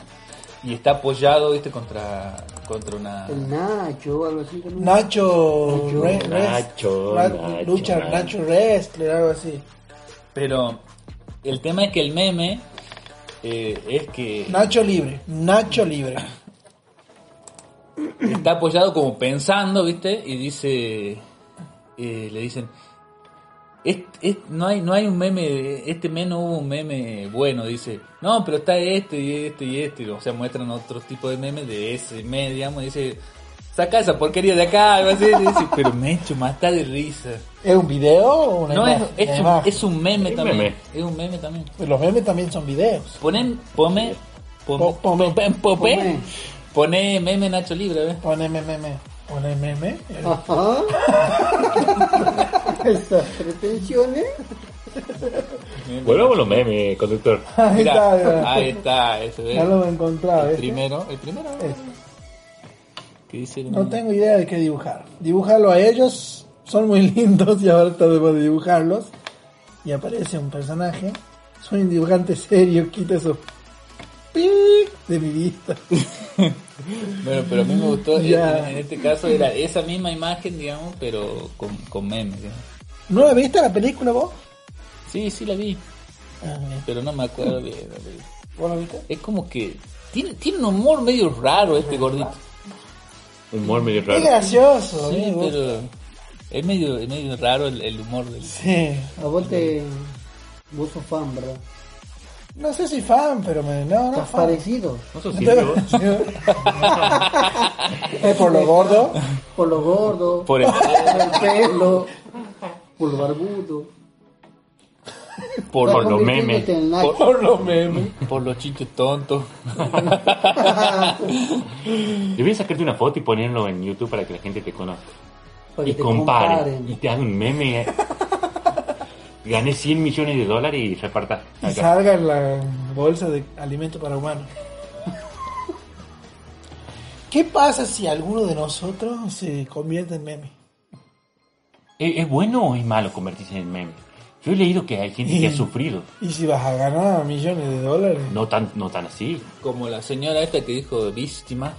B: y está apoyado, viste, contra, contra una...
D: El Nacho o Pues algo así también.
E: Nacho, Re- Rest,
C: Nacho,
E: Ra-
C: Nacho,
E: Lucha,
C: Nacho.
E: Nacho Wrestler, algo así.
B: Pero el tema es que el meme eh, es que
E: Nacho libre, Nacho libre.
B: está apoyado como pensando, viste, y dice, eh, le dicen, "Es- es- no, hay, no hay un meme, este mes no hubo un meme bueno, dice, no, pero está este y este y este, o sea, muestran otro tipo de meme de ese mes, digamos, y dice, saca esa porquería de acá, algo así, y dice, pero me echo mata de risa.
E: ¿Es un video o una
B: No, es,
E: imagen?
B: es
E: Una
B: un,
E: imagen.
B: es un meme
C: Es un
B: también,
C: meme.
B: es un meme también.
E: Los memes también son videos.
B: Ponen, pome, pome,
E: Po- pome.
B: pone,
D: Pome.
B: pone meme Nacho Libre, ¿ves?
E: Pone meme, pone meme.
D: Ajá. Esas pretensiones.
C: Volvamos a los memes, conductor.
E: Ahí
B: Mirá,
E: está, ya.
B: ahí está, eso es.
E: Ya lo he encontrado.
B: el
E: ¿ves?
B: primero, el primero.
E: Este.
B: ¿Qué dice? el-
E: No tengo idea de qué dibujar. Dibujarlo a ellos, son muy lindos y ahora debo de dibujarlos. Y aparece un personaje. Soy un dibujante serio, quita esos pic de mi vista.
B: Bueno, pero a mí me gustó, en-
E: Ya.
B: en este caso era esa misma imagen, digamos, pero con, con memes. digamos.
E: ¿No la viste la película vos?
B: Sí, sí la vi,
E: Ah, mira.
B: pero no me acuerdo bien. la vi.
E: ¿Vos la viste?
B: Es como que tiene, tiene un humor medio raro este gordito.
C: Humor medio
E: Es
C: raro.
E: gracioso, eh,
B: Sí,
E: amigo.
B: pero es medio, es medio raro el, el humor del...
E: Sí.
D: A vos te. Vos sos fan, ¿verdad?
E: No sé si fan, pero me... No, no,
D: Estás
E: fan.
D: parecido.
C: No sos indio.
E: es por lo gordo.
D: Por lo gordo.
B: Por el,
D: Por el pelo. Por lo barbudo.
C: Por,
D: Estás
C: los memes.
D: convirtiéndote en Nacho.
B: por los memes, por los chistes tontos.
C: Deberías sacarte una foto y ponerlo en YouTube para que la gente te conozca.
D: Para que
C: Y
D: te
C: compare. Y
D: comparen.
C: te haga un meme. eh. Gané 100 millones de dólares y reparta.
E: Y
C: acá.
E: salga en la bolsa de alimento para humanos. ¿Qué pasa si alguno de nosotros se convierte en meme?
C: ¿Es, es bueno o es malo convertirse en meme? Yo he leído que hay gente que ha sufrido.
E: ¿Y si vas a ganar millones de dólares?
C: No tan, no tan así.
B: Como la señora esta que dijo víctima,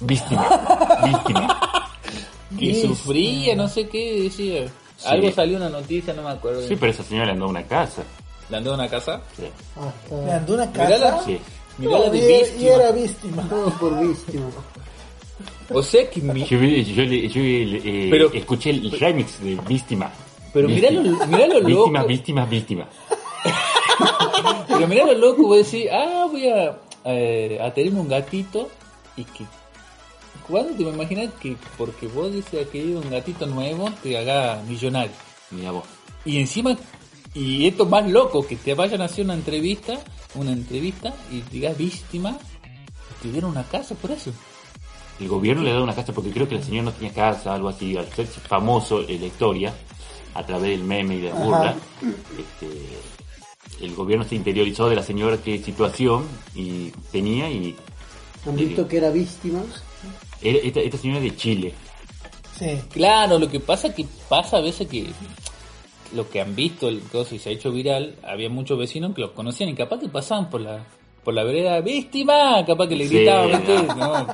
C: Víctima. Víctima.
B: que
E: Víctima.
B: sufría, no sé qué, decía.
C: Sí.
B: Algo salió en una noticia, no me acuerdo.
C: Sí, pero esa señora le andó a una casa.
B: ¿La andó a una casa?
C: Sí.
E: ¿Le
D: Hasta
E: andó una
B: Mirá la,
E: casa?
C: Sí.
B: mirá la
E: y,
B: de
E: era- y
B: víctima.
E: era víctima.
D: todo por víctima.
B: O sea que... mi-
C: Yo, vi- yo le- yo, eh,
B: Pero-
C: escuché el remix de Víctima.
B: Pero mirá lo, mirá lo loco.
C: Víctima, víctima, víctima.
B: Pero mirá lo loco, voy a decir, ah, voy a, eh, a tener un gatito y que... ¿Cuándo te imaginas que porque vos dices que hay un gatito nuevo te haga millonario?
C: Mira vos.
B: Y encima, y esto es más loco, que te vayan a hacer una entrevista, una entrevista y digas víctima, y te dieron una casa por eso.
C: El gobierno le da una casa porque creo que la señora no tenía casa, algo así. Al ser famoso en la historia, a través del meme y de la burla, este, el gobierno se interiorizó de la señora qué situación y tenía y
D: ¿Han visto que era víctima?
C: era- esta, esta señora es de Chile.
E: Sí.
B: Claro, lo que pasa que pasa a veces que lo que han visto el coso y se ha hecho viral, había muchos vecinos que los conocían y capaz que pasaban por la por la vereda, víctima, capaz que le
C: Sí,
B: gritaban, ¿viste?
C: ya.
B: No.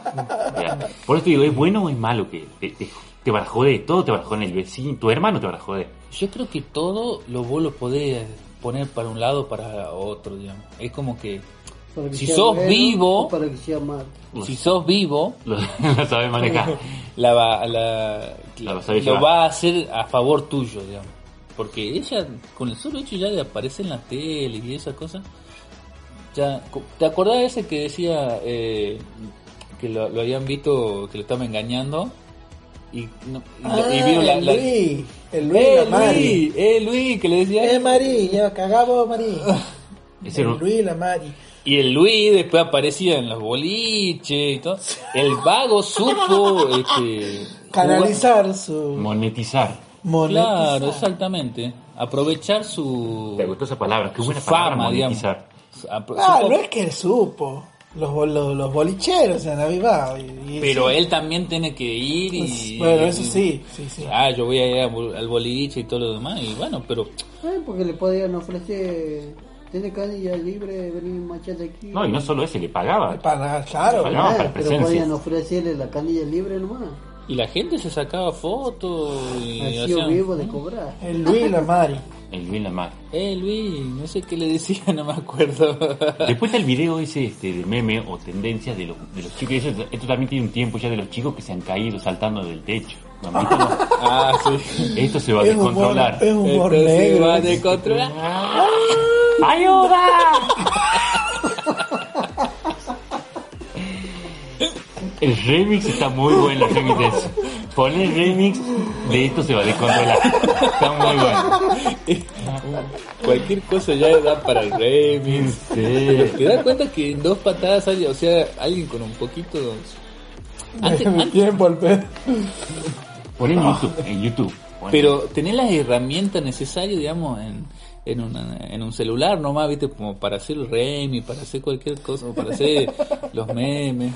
C: Mira, Por eso te digo, ¿es bueno o es malo que te, te, te barajó de todo? Te barajó en el vecino, tu hermano te barajó de.
B: Yo creo que todo lo vos lo podés poner para un lado o para otro, digamos. Es como que
D: Para que
B: Si
D: sea
B: sos
D: bueno
B: vivo-
D: o Para que sea malo.
B: Si sos vivo,
C: Lo, lo sabes manejar.
B: la, va- la-
C: La vas a llevar.
B: lo va a hacer a favor tuyo, digamos. Porque ella, con el solo hecho ya de aparecer en la tele y esas cosas, ya, co- ¿te acordás de ese que decía eh, que lo, lo habían visto, que lo estaban engañando? Y, no- y- y
E: Ah,
B: vieron la...
E: el
B: la-
E: Luis, el Luis,
B: ¡Eh,
E: la Mari.
B: Luis! ¡Eh, Luis! Que le decía...
E: Eh, Mari, ya cagamos, Mari.
B: Ah.
C: Ese
E: El
C: era un-
E: Luis, la Mari.
B: Y el Luis después aparecía en los boliches y todo. El vago supo este,
E: Canalizar su
C: monetizar.
B: jugar- Claro,
E: monetizar.
B: exactamente. Aprovechar su,
C: ¿Te gustó esa palabra? Qué
B: Oh. su
C: buena palabra,
B: fama, digamos.
C: monetizar.
B: Su- apro-
E: Ah,
B: supo-
E: no es que él supo. Los, bol- los, los bolicheros se han avivado. y- y
B: pero
E: sí.
B: él también tiene que ir y...
E: Pues, bueno, eso sí, sí, sí.
B: Ah, yo voy a ir a bol- al boliche y todo lo demás. Y bueno, pero...
D: Eh, porque le podían ofrecer. Tiene canilla libre, vení machete aquí.
C: No, y no solo ese, le pagaba.
E: Para, claro.
C: Para- no,
D: Eh,
C: presencia.
D: pero podían ofrecerle la canilla libre nomás.
B: Y la gente se sacaba fotos y...
D: Ha sido
B: hacían-
D: vivo de cobrar.
E: El Luis, la Mari.
C: El Luis Lamar.
B: Eh, Luis, no sé qué le decía, no me acuerdo.
C: Después está el video ese este, de meme o tendencias de, los de los chicos. Eso- esto también tiene un tiempo ya de los chicos que se han caído saltando del techo. ¿No han visto?
B: ah, sí.
C: Esto se va a
E: Es humor,
C: descontrolar.
E: es humor
B: Entonces
E: negro. ¿eh? Ah.
B: va a descontrolar.
C: ¡Ayuda! El remix está muy bueno, el remix de eso. Pon el remix de esto se va a descontrolar. Está muy bueno.
B: Cualquier cosa ya da para el remix.
C: Sí.
B: ¿Te das cuenta que en dos patadas alguien, o sea, alguien con un poquito... Antes-
E: Mi
B: antes-
E: tiempo al pedo.
C: Pon en YouTube, en YouTube. Pon-
B: pero tener las herramientas necesarias, digamos, en, en, una- en un celular nomás, viste, como para hacer el remix, para hacer cualquier cosa, o para hacer los memes.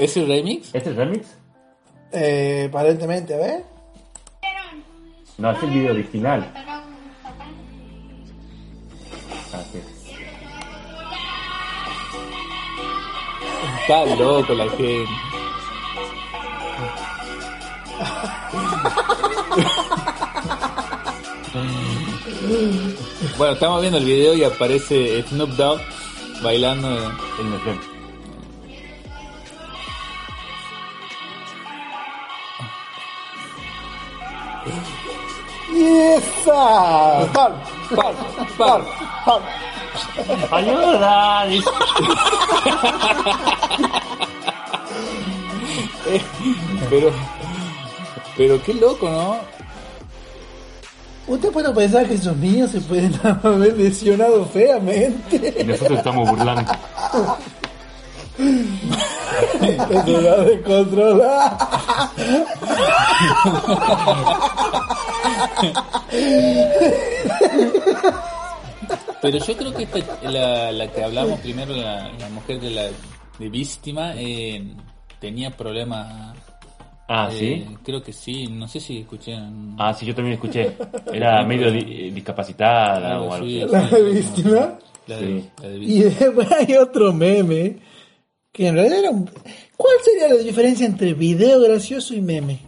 B: ¿Es el remix?
C: ¿Este es el remix?
E: Eh, aparentemente, a ver.
C: No, es el video original. Ah, sí.
B: Está loco la gente. Bueno, estamos viendo el video y aparece Snoop Dogg bailando.
C: Él no es remix.
E: ¡Y esa! ¡Pam!
B: ¡Pam! ¡Pam!
E: ¡Pam!
C: ¡Ayuda! Dice.
B: Pero, pero qué loco, ¿no?
E: ¿Usted puede pensar que esos niños se pueden haber lesionado feamente?
C: Y nosotros estamos burlando.
E: Esto se va a descontrolar.
B: Pero yo creo que esta- la, la que hablamos primero, la, la mujer de la de víctima, eh, tenía problemas.
C: Ah,
B: eh,
C: sí.
B: Creo que sí, no sé si escuché. en-
C: Ah, sí, yo también escuché. Era medio di- eh, discapacitada
B: Algo
C: o algo
B: así,
C: así.
B: así,
E: La de
B: ¿no?
E: víctima.
B: La de-
C: Sí.
B: la de víctima.
E: Y después hay otro meme que en realidad era un... ¿Cuál sería la diferencia entre video gracioso y meme?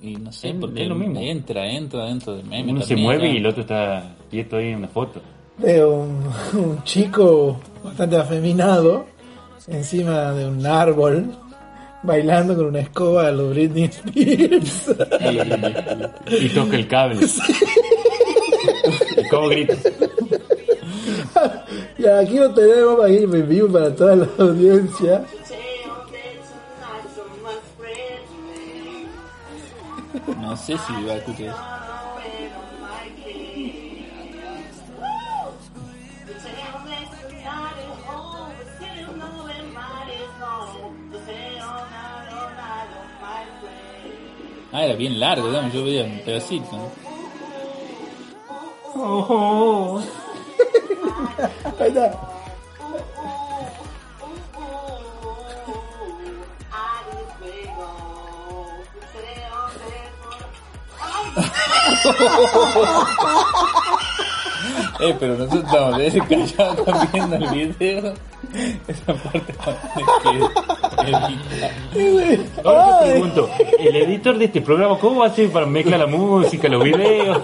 B: Y no sé,
C: Es-
B: porque
C: es lo mismo.
B: entra, entra dentro del meme.
C: Uno se
B: también,
C: mueve
B: ya.
C: y el otro está quieto ahí en una foto.
E: De un, un chico bastante afeminado encima de un árbol bailando con una escoba a los Britney Spears.
C: Y toca el cable. ¿Y cómo gritas?
E: y aquí lo tenemos para irme en vivo para toda la audiencia.
B: No sé si va a escuchar eso. Ah, era bien largo, digamos, yo veía un pedacito. ¿no?
E: Ahí está.
B: Eh, pero nosotros estamos de ese callado también viendo el video. Esa parte que
C: Ahora te
E: Ay.
C: pregunto, el editor de este programa, ¿cómo va a hacer para mezclar la música, los videos?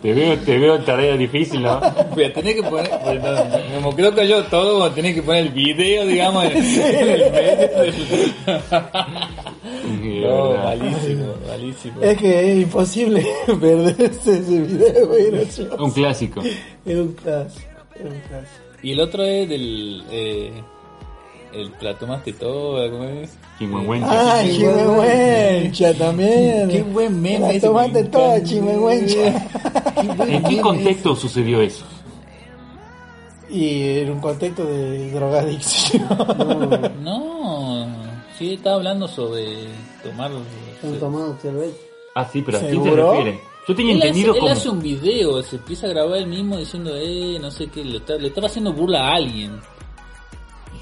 C: Te veo, te veo en tarea difícil, ¿no?
B: Voy a tener que poner, perdón, como creo que yo todo, voy a tener que poner el video, digamos, en, en el medio del- No, malísimo, malísimo.
E: Es que es imposible perderse ese video, güey. gracioso.
C: Un clásico.
E: Es un clásico, es un clásico.
B: Y el otro es del, eh, el plato más que todo, ¿cómo es?
C: Chingüengüencha.
E: Ah, Chimehuencha también.
B: Qué buen meme
E: La
B: ese,
E: tomaste
B: me
E: toda,
B: encanta.
E: Chimehuencha.
C: ¿En qué contexto sucedió eso?
E: Y en un contexto de drogadicción.
B: No, sí, estaba hablando sobre tomar...
D: Están tomando cerveza.
C: Ah, sí, pero ¿a quién se
E: ¿Seguro?
C: refiere? Yo tenía
B: Él hace,
C: entendido
B: él
C: como...
B: hace un video, se empieza a grabar él mismo diciendo, eh, no sé qué, le, está- le estaba haciendo burla a alguien.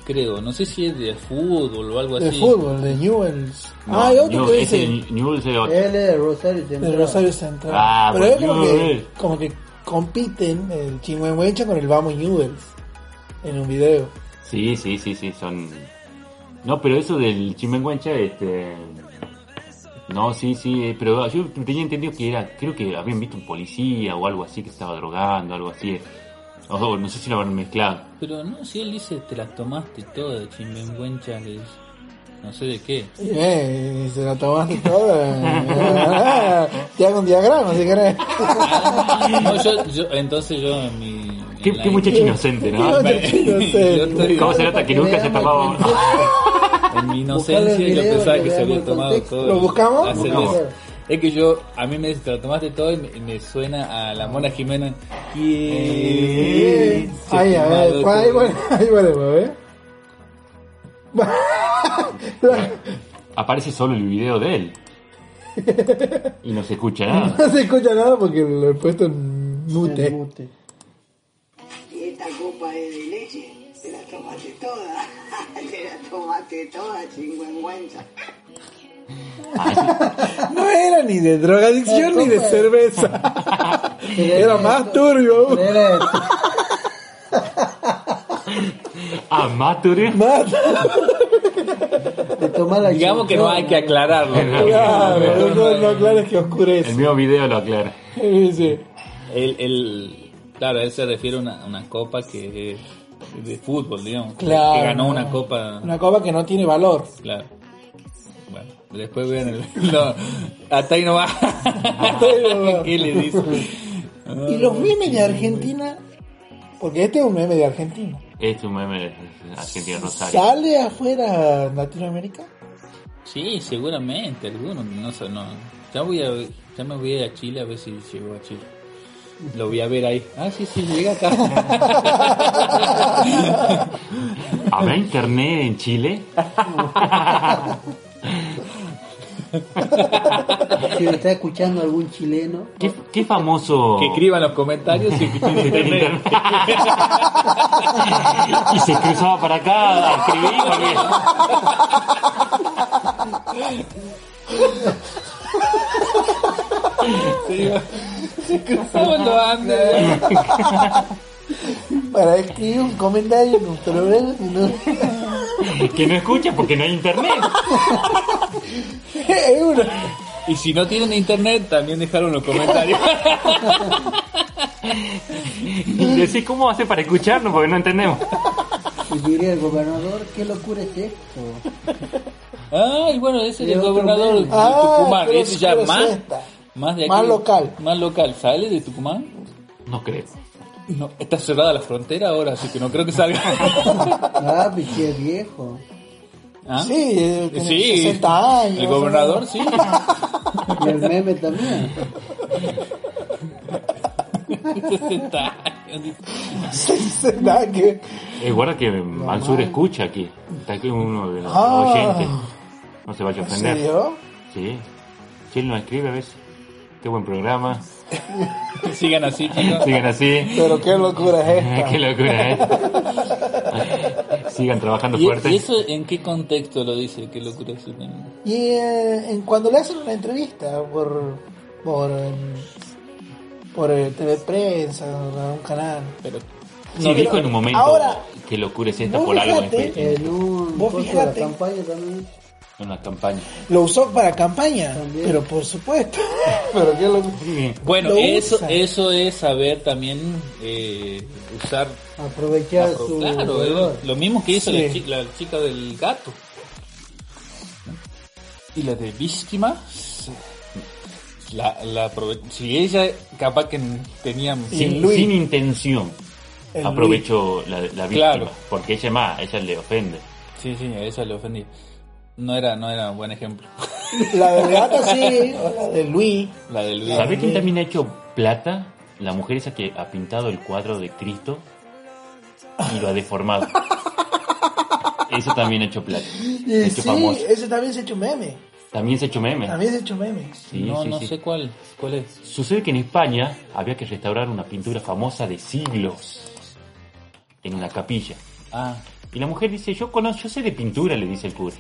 B: Creo, no sé si es de fútbol o algo
E: De
B: así.
E: fútbol, de Newells.
C: Pues No,
E: ah, hay otro
C: Newell's,
E: que
C: ese
E: dice Eh.
C: de Newell's era otro.
D: Él es de Rosario Central.
E: del Rosario Central.
C: Ah,
E: Pero es
C: pues,
E: como que,
C: Newell's.
E: como que compiten el Chimehuencha con el Vamos Newells en un video.
C: Sí, sí, sí, sí, son... No, pero eso del chimengüencha, este... No, sí, sí, eh, pero yo tenía entendido que era, creo que habían visto un policía o algo así que estaba drogando, algo así. O sea, no sé si lo habrán mezclado.
B: Pero no, si él dice, te las tomaste todas, chimbengüencha, le dice. no sé de qué.
E: Y, eh, y se la tomaste toda. Te hago un diagrama si querés.
B: No, yo, yo- entonces yo en mi...
C: Qué,
B: en la
C: qué muchacho inocente, ¿no?
E: Qué muchacho inocente.
C: ¿Cómo se nota que nunca se tapaba?
B: En mi inocencia
D: Buscale el
B: yo
D: video
B: pensaba
D: que
B: que
D: le
B: se había
D: damos el
B: tomado
D: contexto.
B: todo.
E: ¿Lo buscamos?
B: Hace
C: Buscamos.
B: meses. Es que yo, a mí me dice, te lo tomaste todo y me, me suena a la Mona
C: Eh.
B: Jimena. ¿Quién? se
E: Ahí, a
B: ha
E: ver,
B: tomado
E: por ahí,
B: todo?
E: bueno, ahí volvemos, ¿eh?
C: Aparece solo el video de él. Y no se escucha nada.
E: No se escucha nada porque lo he puesto en
D: El
E: mute.
D: mute.
F: Y esta copa es de leche, te la tomaste toda, te la tomaste toda, chingüengüenza.
E: No era ni de drogadicción ni de cerveza. Era más turbio.
D: Él es-
C: Amateur.
E: Más
D: de tomar la
B: Digamos que no hay que aclararlo.
E: claro. No, no, claro, es que
C: El
E: oscurece.
C: mismo video lo aclara.
E: Sí.
B: El, el, claro, él se refiere a una, a una copa que es de fútbol, digamos. que-
E: Claro.
B: Que ganó una copa.
E: Una copa que no tiene valor.
B: Claro. Bueno, después vean el... no, hasta ahí nomás.
E: ahí nomás.
B: ¿Qué le dice? Ah,
E: Y los memes de Argentina, porque este es un meme de Argentina.
C: Es un meme de Argentina Rosario.
E: ¿Sale afuera Latinoamérica?
B: Sí, seguramente, algunos, no sé, no. Ya, voy a, ya me voy a ir a Chile a ver si llego a Chile. Lo voy a ver ahí. Ah, sí, sí, llega acá.
C: ¿Habrá internet en Chile?
D: Si lo está escuchando algún chileno,
C: ¿Qué, qué famoso?
B: que escriban los comentarios y que tiene internet.
C: Y se cruzaba para acá a escribir. porque-
B: Cruzaban los Andes.
E: Para escribir un comentario con problemas y no...
C: Que no escucha porque no hay internet.
E: Es una-
B: Y si no tienen internet, también dejaron los comentarios.
C: Y decís, ¿cómo hace para escucharnos? Porque no entendemos.
D: y diría el gobernador, qué locura es esto.
B: Ah, y bueno, ese es
D: Y
B: el
D: otro
B: gobernador de
D: meme.
E: Ah,
B: Tucumán.
E: creo
B: Ese
E: que
B: ya
E: creo
B: más,
E: esta.
B: más de aquí.
E: Más local.
B: Más local. ¿Sale de Tucumán?
C: No creo.
B: No, está cerrada la frontera ahora, así que no creo que salga.
D: Ah, pues sí es viejo.
B: ¿Ah?
E: Sí, eh, tiene
B: Sí.
E: 60 años.
B: El gobernador, sí.
D: Y el meme también.
B: 60 años.
E: 60 años. que-
C: Eh, guarda que Mansur escucha aquí. Está aquí uno de los
E: Ah.
C: oyentes. No se vaya a
E: ¿En
C: ofender.
E: serio?
C: Sí. Si él nos escribe a veces. Qué buen programa.
B: Sigan así, chicos.
C: Sigan así.
E: Pero qué locura es
C: Qué
E: esta.
C: locura, ¿eh? Sigan trabajando
B: ¿Y,
C: fuerte.
B: y eso en qué contexto lo dice? ¿Qué locura es eso?
E: Y eh, en cuando le hacen una entrevista por por eh, por eh, TV Prensa, o un canal.
B: Pero,
C: Sí,
E: No,
C: dijo
E: pero-
C: en un momento
E: ahora,
C: que locura es esta
E: vos
C: por algo.
E: fíjate-
C: en específico.
D: En un
E: Vos
D: coso de la
E: fijate.
D: campaña también.
B: en la campaña.
E: Lo usó para campaña,
D: También.
E: pero por supuesto. pero qué loco.
B: Bueno,
E: Lo
B: eso,
E: usa.
B: eso es saber también eh, usar.
D: Aprovechar
B: apro-
D: su
B: Ah, claro,
D: dolor.
B: es lo mismo que hizo
E: Sí.
B: la, chi- la chica del gato. Y la de víctima. La, la aprove- si ella capaz que tenía
E: Sí.
C: Sin,
E: Luis.
C: sin intención.
E: El
C: Aprovechó la, la víctima.
B: Claro.
C: Porque ella más, ella le ofende.
B: Sí, sí, a esa le ofendí. No era, no era un buen ejemplo.
E: Luis. La del gato sí, o la de Luis.
B: La del
E: Ah,
C: ¿Sabés
E: sí.
C: quién también ha hecho plata? La mujer esa que ha pintado el cuadro de Cristo y lo ha deformado. Eso también ha hecho plata.
E: Y
C: Ha hecho
E: sí,
C: famoso.
E: ese también se ha hecho meme.
C: También se ha hecho meme.
E: También se ha hecho meme.
C: Sí,
B: no,
C: sí,
B: no
C: sí.
B: sé cuál, cuál es.
C: Sucede que en España había que restaurar una pintura famosa de siglos en una capilla.
B: Ah,
C: Y la mujer dice, yo conozco, yo sé de pintura, le dice el cura.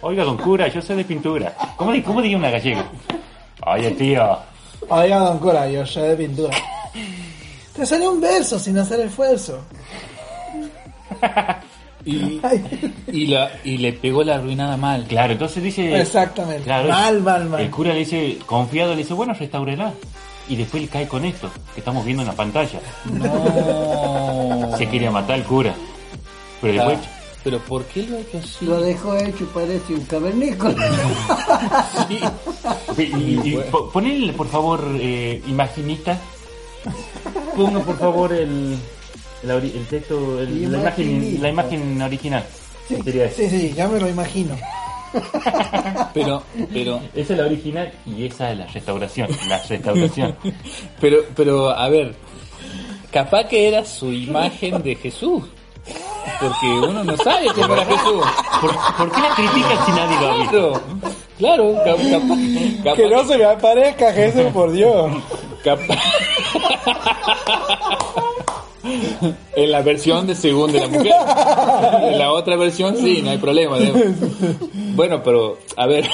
C: Oiga, don cura, yo sé de pintura. ¿Cómo, di- cómo diría una gallega? Oye, tío.
E: Oiga, don Cora, yo soy de pintura. Te salió un verso sin hacer esfuerzo.
B: y,
E: Ay,
B: y, la, y le pegó la arruinada mal.
C: Claro, entonces dice...
E: Exactamente.
C: Claro.
E: mal, mal,
C: El
E: mal.
C: cura le dice, confiado, le dice, bueno, restaurela. Y después le cae con esto, que estamos viendo en la pantalla.
B: No.
C: Se quería matar al cura. Pero
B: Ah,
C: después,
B: Pero ¿por qué lo ha hecho así?
D: Lo dejó hecho, parece un cavernícola.
B: Sí.
C: y, y- y po- ponele, por favor, eh, imaginita. Ponga, por favor, el, la ori- el texto, el- la, imagen, la imagen original. Sería esa.
E: Sí, sí, ya me lo imagino.
B: Pero, pero,
C: Esa es la original y esa es la restauración. La restauración.
B: pero, pero, a ver. Capaz que era su imagen de Jesús. Porque uno no sabe cómo era Jesús.
C: ¿Por, por qué la critica si nadie lo ha visto?
B: Claro, claro, cap- capaz, capaz
E: Que no se me aparezca Jesús, por Dios.
B: Capaz. en la versión de según de la mujer. En la otra versión sí, no hay problema. digamos. Bueno, pero a ver.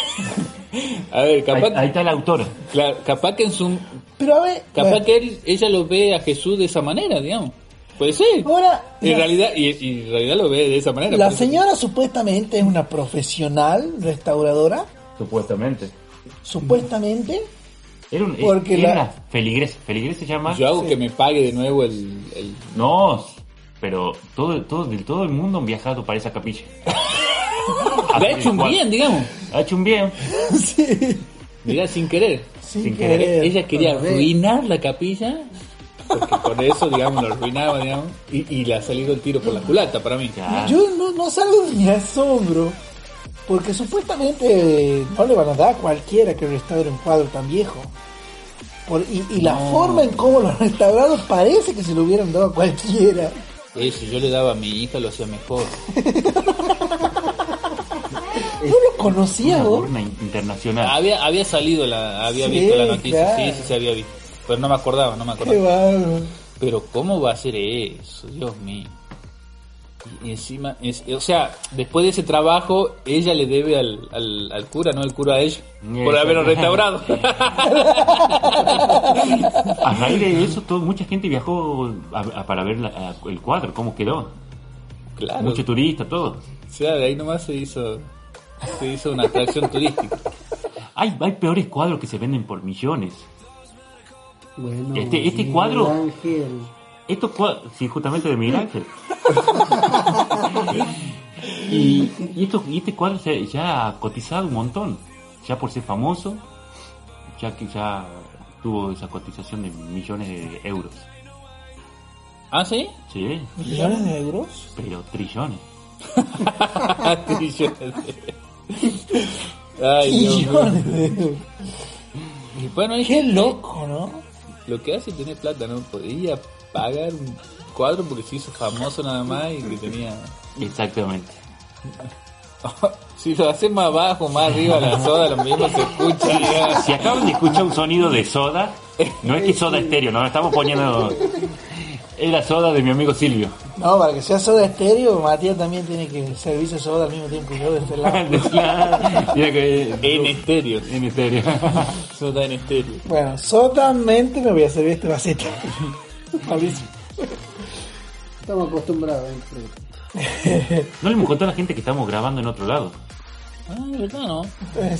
B: A ver,
C: Ahí,
B: capaz,
C: ahí está la autora.
B: claro, capaz que en su
E: Pero a ver,
B: capaz
E: bueno,
B: que él- ella lo ve a Jesús de esa manera, digamos. Puede ser.
E: ahora
B: En
E: la-
B: realidad y, y en realidad lo ve de esa manera.
E: la
B: por eso.
E: señora supuestamente es una profesional restauradora,
C: Supuestamente.
E: supuestamente.
C: Era un
E: Porque
C: era
E: la-
C: una feligres. Feligres se llama.
B: Yo hago que me pague de nuevo el, el-
C: No, pero todo, todo, de todo el mundo han viajado para esa capilla. Ah,
B: Le ha hecho un bien, digamos.
C: Ha hecho un bien.
E: sí,
B: Mira, sin querer.
E: sin,
C: Sin
E: querer.
C: querer.
B: Ella quería
D: Con la red.
B: arruinar la capilla, porque con eso, digamos, lo arruinaba, digamos, y, y le ha salido el tiro por la culata para mí.
C: Ya.
E: Yo no, no salgo de mi asombro, porque supuestamente no le van a dar a cualquiera que restaure un cuadro tan viejo. Por- y, y la
B: No.
E: forma en cómo lo restauraron parece que se lo hubieran dado a cualquiera.
B: Oye, si yo le daba a mi hija, lo hacía mejor.
E: ¿No lo conocías
C: Una
E: vos?
C: urna in- internacional.
B: Había, había salido, la, había
E: Sí,
B: visto la noticia,
E: claro.
B: sí, sí se había visto. Pero no me acordaba, no me
E: Qué
B: acordaba.
E: bárbaro.
B: Pero ¿cómo va a ser eso? Dios mío. Y y encima, es- o sea, después de ese trabajo, ella le debe al, al, al cura, no al cura a ella,
C: Ni
B: por
C: eso.
B: haberlo restaurado. Ah,
C: A raíz de eso, todo- mucha gente viajó a- a- para ver la- a- el cuadro, cómo quedó.
B: claro.
C: Mucho turista, todo.
B: O sea, de ahí nomás se hizo, se hizo una atracción turística.
C: Hay, hay peores cuadros que se venden por millones.
D: Bueno,
C: Este- este
D: Miguel
C: cuadro-
D: Ángel.
C: Estos cuadros, sí, justamente de Miguel Ángel. y, y, estos- y este cuadro se- ya ha cotizado un montón. Ya por ser famoso, ya que ya tuvo esa cotización de millones de euros.
B: ¿Ah, sí?
C: Sí,
E: ¿Millones de euros?
C: pero trillones.
B: Ay, Dios mío.
E: Millones de euros.
B: Y bueno, hay
E: Qué
B: gente-
E: loco, ¿no?
B: Lo que hace es tener plata, ¿no? Podía pagar un cuadro porque se hizo famoso nada más y que tenía...
C: Exactamente.
B: si lo hace más abajo, más arriba la soda, lo mismo se escucha. ya.
C: Si acaban de escuchar un sonido de soda, no es que soda estéreo, no estamos poniendo. Es la soda de mi amigo Silvio.
E: No, para que sea soda estéreo, Matías también tiene que servirse soda al mismo tiempo que yo de este lado.
C: Mira que-
B: En estéreo.
C: en estéreo.
B: Soda en estéreo.
E: Bueno, solamente me voy a servir este vasito. Malísimo.
D: Estamos acostumbrados. entre-
C: No le hemos contado a la gente que estamos grabando en otro lado.
B: Ah, de verdad, ¿no?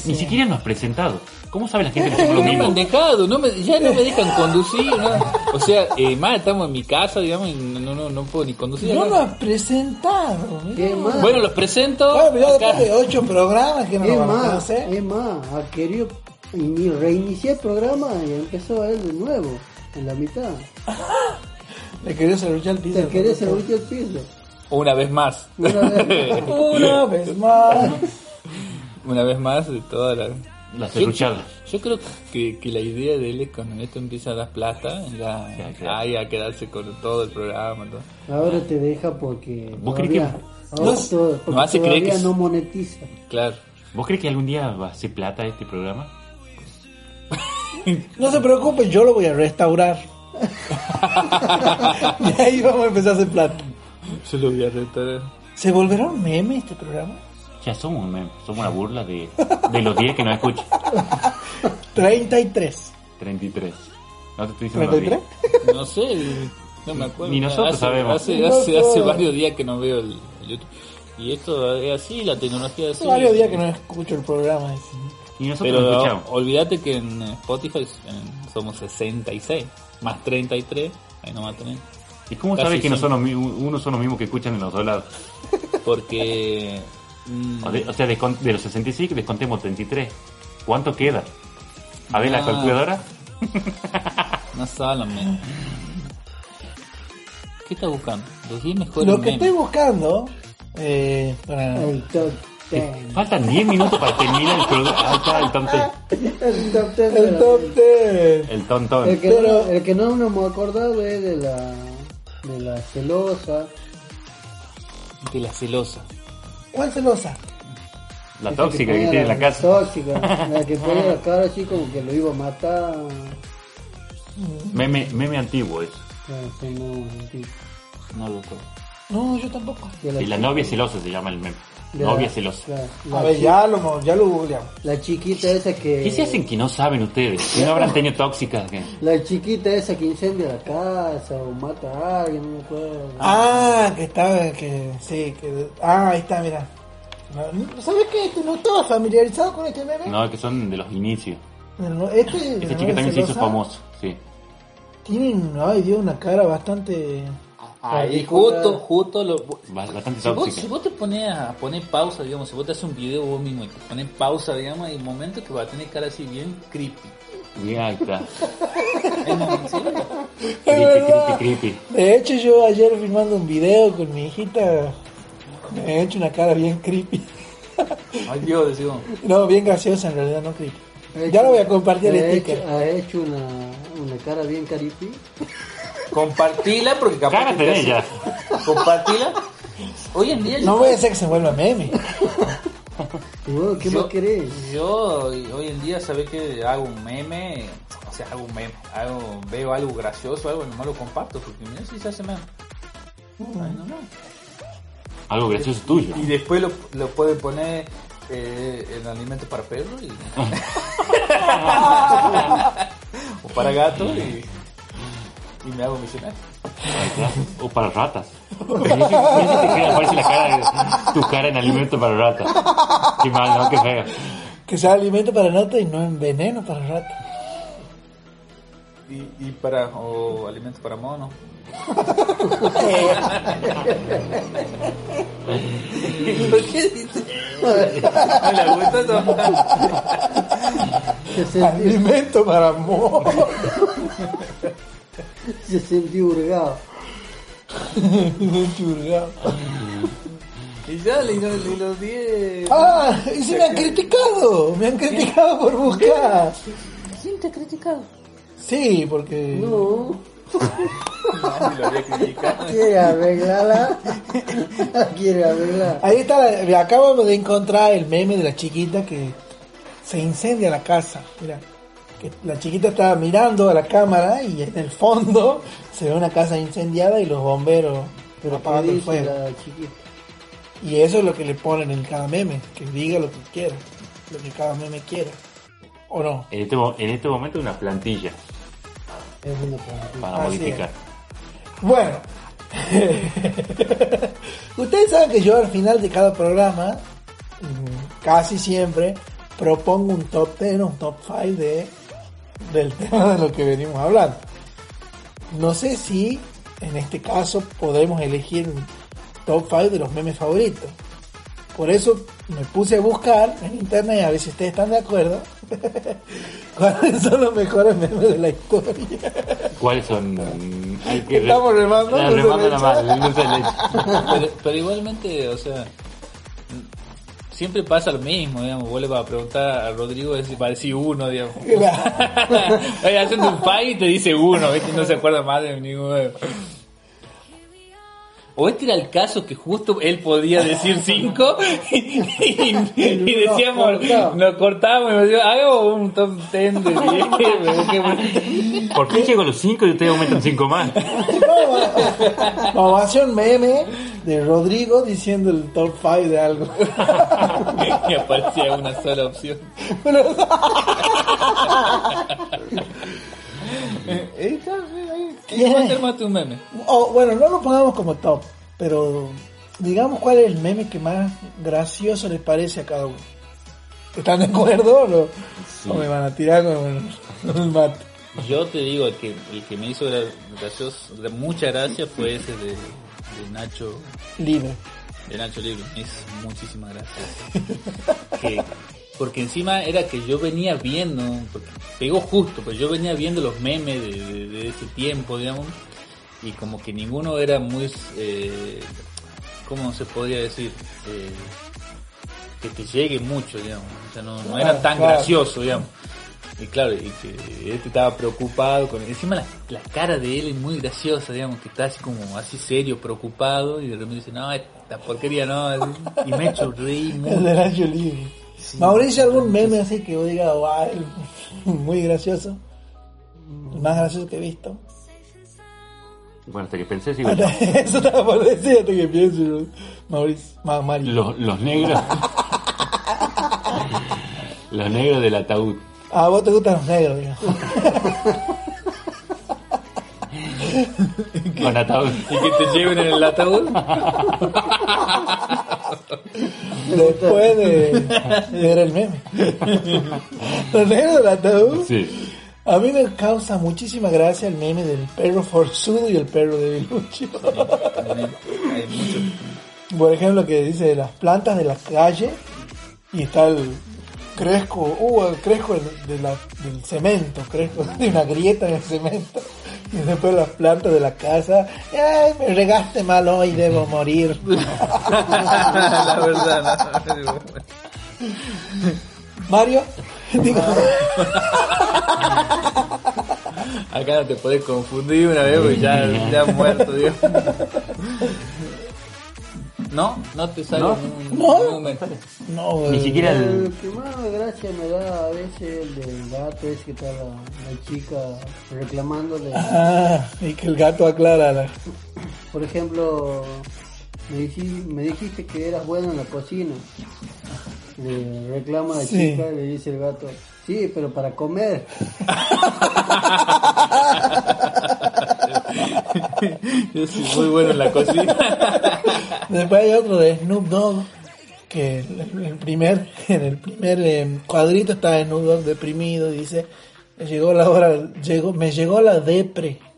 C: Ni siquiera nos has presentado. ¿Cómo sabe la gente que somos
B: No
C: lo
B: me han
C: mismo?
B: dejado, no me- ya no me dejan conducir. ¿no? O sea, eh, más estamos en mi casa, digamos, y no, no, no, no puedo ni conducir.
E: No
B: acá.
E: lo has presentado. mirá.
D: ¿Qué más?
B: Bueno, los presento.
E: Bueno, mirá,
B: acá.
E: después de ocho programas que no
D: es
E: lo vamos a
D: más,
E: hacer.
D: es más, ha querido ini- reiniciar el programa y empezó él de nuevo, en la mitad.
E: Le quería cerruchar el piso.
D: Te querés el último piso.
B: Una vez más.
D: Una vez más.
E: Una vez más.
B: Una vez más de toda la...
C: La
B: Yo-
C: serruchada.
B: Yo, creo que, que la idea de él es cuando esto empieza a dar plata, ya,
C: Ya, claro.
B: ahí a quedarse con todo el programa. todo.
D: Ahora te deja porque
C: ¿Vos crees
D: todavía,
C: que-
D: ahora
B: no-
D: todo- porque
B: no hace creer que
D: todavía
B: es-
D: no monetiza.
B: Claro.
C: ¿Vos crees que algún día va a ser plata este programa?
E: No se preocupen, yo lo voy a restaurar. y ahí vamos a empezar a hacer plata.
B: Yo lo voy a retar.
E: ¿Se volverá un meme este programa?
C: Ya somos un meme, somos una burla de, de los 10 que nos escuchan.
E: 33.
C: 33. No te estoy diciendo los 10.
E: ¿33?
B: No sé, no me acuerdo.
C: Ni nosotros
B: Hace-
C: sabemos.
B: Hace,
E: No
B: hace, hace
E: sé.
B: varios días que no veo el, el YouTube. Y esto es así, la tecnología es así.
E: Hace varios días que no escucho el programa. ese.
C: Y nosotros
B: Pero
C: lo escuchamos.
B: olvídate que en Spotify en- somos 66, más 33, ahí nomás tenés.
C: ¿Y cómo
B: Casi
C: sabes que no
B: son-
C: son los, mi- unos son los mismos que escuchan en los dos lados?
B: Porque... mm,
C: O, de- o sea, descon- de los 66 descontemos 33. ¿Cuánto queda? A ver,
B: Ah.
C: la calculadora.
B: No solamente. ¿Qué estás buscando? Los 10 mejores
E: Lo que
B: memes.
E: estoy buscando. Eh,
C: Ah.
E: para-
D: El top 10.
C: Faltan 10 minutos para terminar el programa. Ahí está el tontón.
D: El top 10.
E: El top 10.
C: El tontón.
D: El que,
E: Pero-
D: no, el que no nos hemos acordado es de la, de la celosa.
B: De la celosa.
E: ¿Cuál celosa?
C: La
D: esa
C: tóxica que
D: ponía
C: tiene en la casa.
D: Tóxica, la que ponía la cara así como que lo iba a matar.
C: Meme, meme antiguo eso.
D: No, sí, no, sí.
B: No lo puedo.
E: No, yo tampoco.
D: De
C: Y la
D: chica-
C: novia celosa se llama el meme.
D: de
C: Novia
D: la-
C: celosa.
D: la-
E: A
D: la
E: ver,
D: chi-
E: ya lo, ya lo googleamos.
D: La chiquita esa que.
C: ¿Qué se hacen que no saben ustedes? Que no habrán tenido tóxicas. que-
D: La chiquita esa que incendia la casa o mata a alguien, no me acuerdo.
E: Ah, que estaba, que sí, que. Ah, ahí está, mira. No, ¿Sabes qué? Este no estaba familiarizado con este meme.
C: No, que son de los inicios.
E: No, Este, la
C: Esa
E: novia
C: chica también se hizo
E: celosa,
C: famoso. Sí.
E: Tienen, ay Dios, una cara bastante.
B: Ahí, justo, justo lo...
C: Ba- Bastante
B: Si vos, si
C: tóxica.
B: vos te pones a poner pausa, digamos, si vos te haces un video vos mismo y te pones pausa, digamos, hay momentos que va a tener cara así bien creepy.
C: Y ahí está.
B: Hay momentos, ¿sí?
C: Creepy,
E: verdad.
C: creepy, creepy.
E: De hecho, yo ayer filmando un video con mi hijita, me he hecho una cara bien creepy.
B: Ay Dios, decimos.
E: No, bien graciosa en realidad, no creepy. Ya lo voy a compartir
D: Ha
E: el
D: hecho,
E: sticker.
D: ha hecho una, una cara bien caripi.
B: Compartila porque capaz
C: Cara
B: que
C: tenés
B: te
C: ya.
B: hace- Compartila. Hoy en día
E: No voy a hacer que se vuelva meme.
D: Y vos, ¿Qué
B: yo,
D: más querés?
B: Yo hoy en día sabés que hago un meme, o sea, hago un meme, hago- veo algo gracioso, algo no lo comparto, porque mira si se hace meme. Ay, no, no.
C: Algo gracioso tuyo.
B: Y después lo, lo pueden poner eh, en alimento para perro y... o para gato y, y me hago misionario.
C: O para ratas. Mira si- mira si te queda, parece la cara, tu cara en alimento para ratas. Qué mal, ¿no? Qué feo.
E: Que sea alimento para nata y no enveneno para rato.
B: Y, y para... o alimento para mono. ¿Por qué dices? ¿Le gusta eso?
D: Se sentí,
E: Alimento para amor.
D: se sentí hurgado.
E: Un churrao.
B: Y ya, le, le- los 10...
E: Ah, y se me han criticado. Me han criticado por buscar.
B: ¿Quién te ha criticado?
E: Sí, porque.
D: No,
B: Nadie lo había criticado.
D: quiere arreglarla. quiere arreglar.
E: Ahí está, la- le acabo de encontrar el meme de la chiquita que se incendia la casa. Mira, que la chiquita estaba mirando a la cámara y en el fondo se ve una casa incendiada y los bomberos
D: Pero ¿qué
E: apagando el
D: dice
E: fuego.
D: la chiquita?
E: Y eso es lo que le ponen en cada meme, que diga lo que quiera, lo que cada meme quiera. ¿O no?
C: En este, mo- en este momento una plantilla
D: Es una plantilla.
C: para
E: Así es.
C: modificar.
E: Bueno, ustedes saben que yo al final de cada programa mm, casi siempre propongo un top 10 o un top 5 de, del tema de lo que venimos hablando. No sé si en este caso podremos elegir un top 5 de los memes favoritos. Por eso me puse a buscar en internet, a ver si ustedes están de acuerdo, cuáles son los mejores memes de la historia.
C: ¿Cuáles son? Mm, hay que re-
E: Estamos remando.
C: La
E: no se
C: remándola
E: me
C: mal,
E: echa.
C: el dulce de leche.
B: pero, pero igualmente, o sea, siempre pasa lo mismo, digamos. Vos le vas a preguntar a Rodrigo si va a decir uno, digamos. Oye, haciendo un pie y te dice uno, ¿viste? No se acuerda más de ninguno. O este era el caso que justo él podía decir cinco y, y- y decíamos, nos cortamos y me decía, hagamos un top ten de diez. qué bueno.
C: ¿Por qué llego a los 5 y ustedes aumentan 5 más?
E: Vamos a hacer un meme de Rodrigo diciendo el top 5 de algo.
B: Y aparecía una sola opción. Eh, eh, está, eh, ahí. ¿Qué
E: ¿Quién?
B: va a ser más tu meme?
E: O, bueno, no lo pongamos como top, pero digamos cuál es el meme que más gracioso les parece a cada uno. ¿Están de acuerdo o, no? o me van a tirar con con el mate?
B: Yo te digo el que el que me hizo gra- gracioso, de mucha gracia fue ese de, de Nacho,
E: Libre.
B: de Nacho Libre. Me hizo muchísima gracia. Que- porque encima era que yo venía viendo, porque pegó justo, pues yo venía viendo los memes de, de- de ese tiempo, digamos, y como que ninguno era muy, eh, ¿cómo se podría decir? Eh, que te llegue mucho, digamos. O sea, no, no era
E: Claro,
B: tan
E: claro.
B: gracioso, digamos. Y claro, y que este estaba preocupado con encima la, la cara de él es muy graciosa, digamos, que está así como así serio, preocupado, y de repente dice, no, esta porquería no, así. y me ha hecho reír
E: El
B: mucho.
E: de Nacho Libre. Mauricio, ¿algún meme así que vos digas, "Guau, muy gracioso? El más gracioso que he visto.
C: Bueno, hasta que pensé, sigo yo.
E: Eso estaba por decir hasta que pienso, yo. Mauricio. Ma- Mario.
C: Los, los negros. los negros del ataúd.
E: A vos te gustan los negros, digamos.
C: Con ataúd.
B: Y que te lleven en el ataúd.
E: Después de, de ver el meme. Los negros del ataúd.
C: Sí.
E: A mí me causa muchísima gracia el meme del perro forzudo y el perro de Bilucho.
B: Hay mucho.
E: Por ejemplo, que dice de las plantas de la calle y está el cresco, uh, el cresco del- de la- del cemento, cresco de una grieta en el cemento. Y después las plantas de la casa, ay, me regaste mal hoy, debo morir.
B: la verdad, no.
E: Mario, digo,
B: Acá no te podés confundir una vez porque ya, ya has muerto, Dios. No, no te sale
C: No.
B: ningún
E: No.
B: ningún momento.
E: no,
C: Ni
E: eh,
C: siquiera
D: El
C: el.
D: que más gracia me da a veces el del gato es que está la, la chica reclamándole.
E: Ah, y que el gato aclara. la-
D: Por ejemplo, me, dici- me dijiste que eras bueno en la cocina. Le reclama a la
E: Sí.
D: chica y le dice el gato, sí, pero para comer.
B: Yo soy muy bueno en la cocina.
E: Después hay otro de Snoop Dogg, que el, el primer, en el primer eh, cuadrito está Snoop Dogg deprimido y dice, llegó la hora, llegó, me llegó la depre.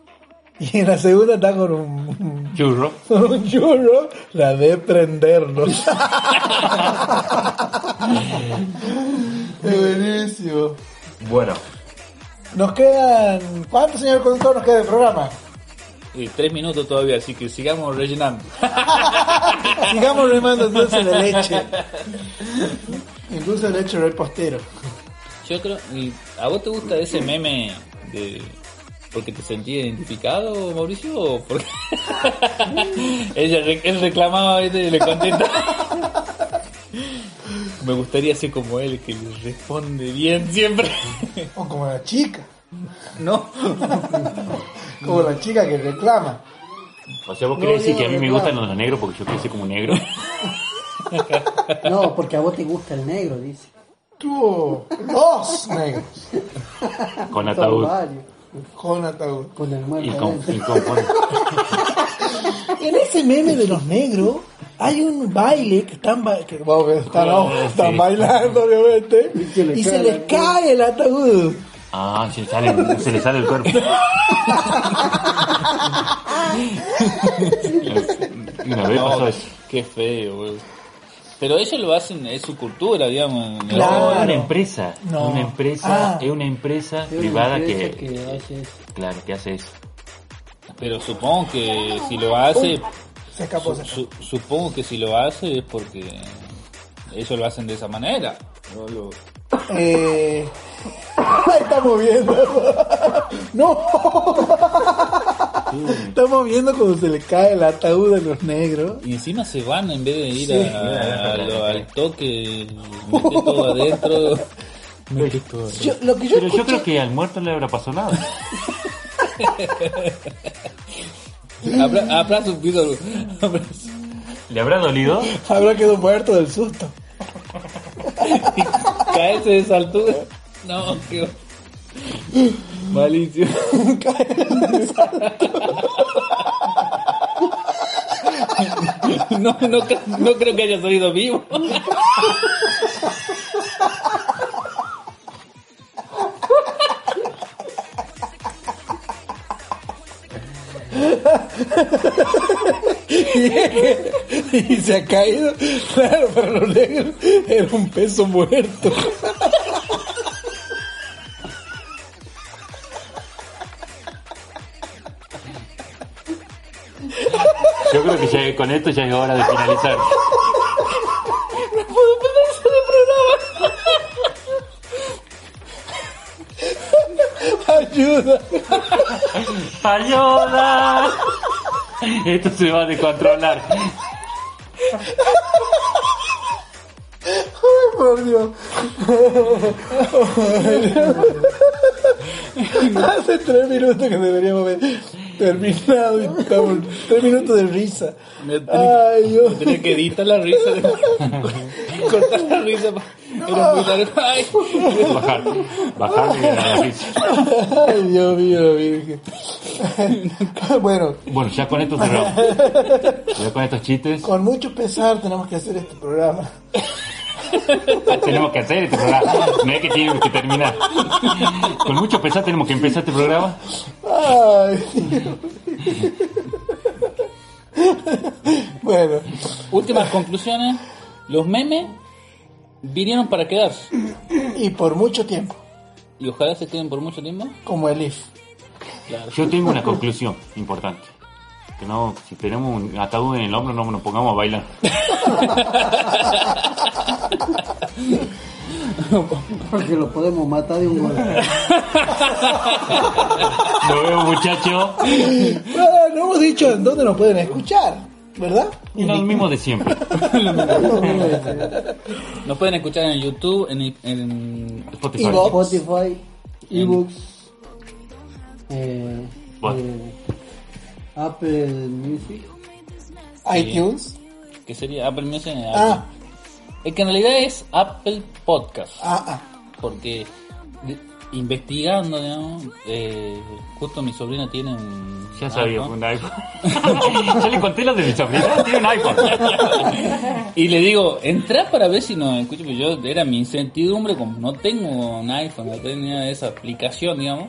E: Y en la segunda está con un,
C: Churro.
E: con un churro, la de prendernos. buenísimo.
C: Bueno.
E: Nos quedan, ¿cuánto señor conductor nos queda de programa?
B: Y tres minutos todavía, así que sigamos rellenando.
E: Sigamos remando el dulce de leche. El dulce de leche repostero.
B: Yo creo, y ¿a vos te gusta ese meme de porque te sentías identificado, Mauricio? ¿O por... Ella, re- él reclamaba ¿viste? y le contesta. Me gustaría ser como él, que le responde bien siempre.
E: O Oh, como la chica.
B: no.
E: Como la chica que reclama.
C: O sea, vos
D: No,
C: querés decir
D: yo
C: que a mí me
D: reclamo.
C: gustan los negros porque yo crecí como negro.
D: No, porque a vos te gusta el negro, dice.
E: Tuvo dos negros
C: Con
D: Son
C: ataúd.
D: varios,
E: con ataúd.
D: con el muerto.
C: Y con,
D: adentro.
C: y con- con-
E: En ese meme de los negros Hay un baile que están, ba- que, bueno, que están,
C: Claro,
E: oh, están
C: sí.
E: bailando, obviamente,
D: Y se le
E: y se
D: cae
E: les
D: la-
E: cae el ataúd.
C: Ah, se le sale, se le sale el cuerpo. Una vez pasó
B: No,
C: eso.
B: qué feo, güey. Pero ellos lo hacen, es su cultura, digamos. ¿no?
E: Claro.
C: Es una empresa,
E: No.
C: una empresa,
E: Ah.
C: es una empresa
D: Es una
C: privada
D: empresa
C: que,
D: que hace eso.
C: claro, que hace eso.
B: Pero supongo que si lo hace,
E: Se escapó. se escapó.
B: su- supongo que si lo hace es porque ellos lo hacen de esa manera. No lo-
E: Eh, ahí estamos viendo. no. estamos viendo cuando se le cae el ataúd a los negros.
B: Y encima se van en vez de ir
E: Sí.
B: a- a- a lo- al toque, meter todo adentro. Meter todo adentro.
E: Yo- lo que yo
C: Pero yo
E: escuché-
C: creo que al muerto no le habrá pasado nada.
B: Habrá, habrá sufrido- habrá-
C: ¿Le habrá dolido?
E: habrá quedado muerto del susto.
B: caerse de esa altura. No, qué malicio. No, no, cre- no creo que haya salido vivo.
E: y se ha caído. Claro, para los negros era un peso muerto.
C: Yo creo que ya, con esto ya es hora de finalizar.
E: Ayuda.
C: ¡Ayuda! Esto se va a descontrolar.
E: Ay, por Dios. Hace tres minutos que deberíamos haber terminado y estamos tres minutos de risa.
B: Me tenés-
E: Ay, Dios.
B: Tenía que editar la risa. de- Cortar la risa. pa- Era muy largo. Ay.
C: Bajar. Bajar de la noticia.
E: Ay, Dios mío, la Virgen. Bueno,
C: Bueno, ya con esto cerramos. Ya con estos chistes
E: con mucho pesar tenemos que hacer este programa.
C: tenemos que hacer este programa. No es que tiene que terminar. Con mucho pesar tenemos que empezar este programa.
E: Ay, Dios. Bueno,
B: Últimas conclusiones. Los memes vinieron para quedarse.
E: y por mucho tiempo,
B: Y ojalá se queden por mucho tiempo.
E: como el IF.
B: Claro.
C: Yo tengo una conclusión importante. Que no, si tenemos un ataúd en el hombro, no nos pongamos a bailar.
D: Porque lo podemos matar de un golpe.
C: Nos vemos, muchachos.
E: Ah, no hemos dicho en dónde nos pueden escuchar, ¿verdad?
C: Y lo mismo de siempre.
B: Nos pueden escuchar en YouTube, en, en
C: Spotify.
E: Evox.
D: Spotify, ebooks, eh,
C: Bueno.
D: eh, Apple Music.
E: iTunes.
B: que sería Apple Music. en
E: Ah,
B: Apple. Es que en realidad es Apple Podcast,
E: ah, ah.
B: porque de- investigando, digamos, eh, justo mi sobrina tiene un...
C: Ya sabía, pues.
B: iPhone.
C: un iPhone. Yo le conté lo de mi sobrina, tiene un iPhone.
B: Y le digo, entra para ver si nos escucha, porque yo era mi incertidumbre, como no tengo un iPhone, no tenía esa aplicación, digamos,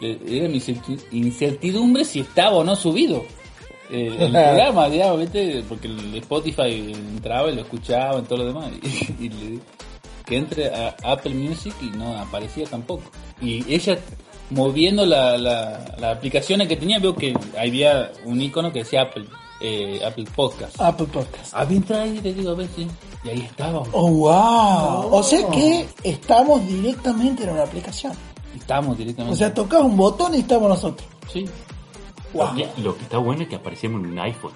B: le- era mi incerti- incertidumbre si estaba o no subido eh, el programa, digamos, ¿viste? porque el Spotify entraba y lo escuchaba y todo lo demás, y, y le- que entre a Apple Music y no aparecía tampoco. Y ella moviendo la, la, las aplicaciones que tenía, veo que había un icono que decía Apple, eh, Apple Podcast.
E: Apple Podcast.
B: A ver, entra ahí, te digo, a ver, sí. Y ahí estaba.
E: Oh, wow. O sea que estamos directamente en una aplicación.
B: Estábamos directamente.
E: Oh. O sea, tocas un botón y estamos nosotros.
B: sí.
C: Lo que- Lo que está bueno es que aparecemos en un iPhone.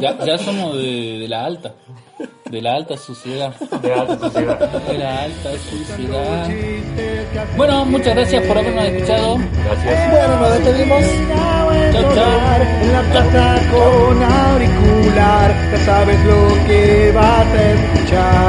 B: Ya, ya somos de, de la alta. De la alta suciedad.
C: De alta sociedad.
B: De la alta suciedad. Bueno, muchas gracias por habernos escuchado.
C: Gracias.
E: Bueno, nos despedimos.
B: Chao, chao.
A: En la plaza con auricular, ya sabes lo que vas a escuchar.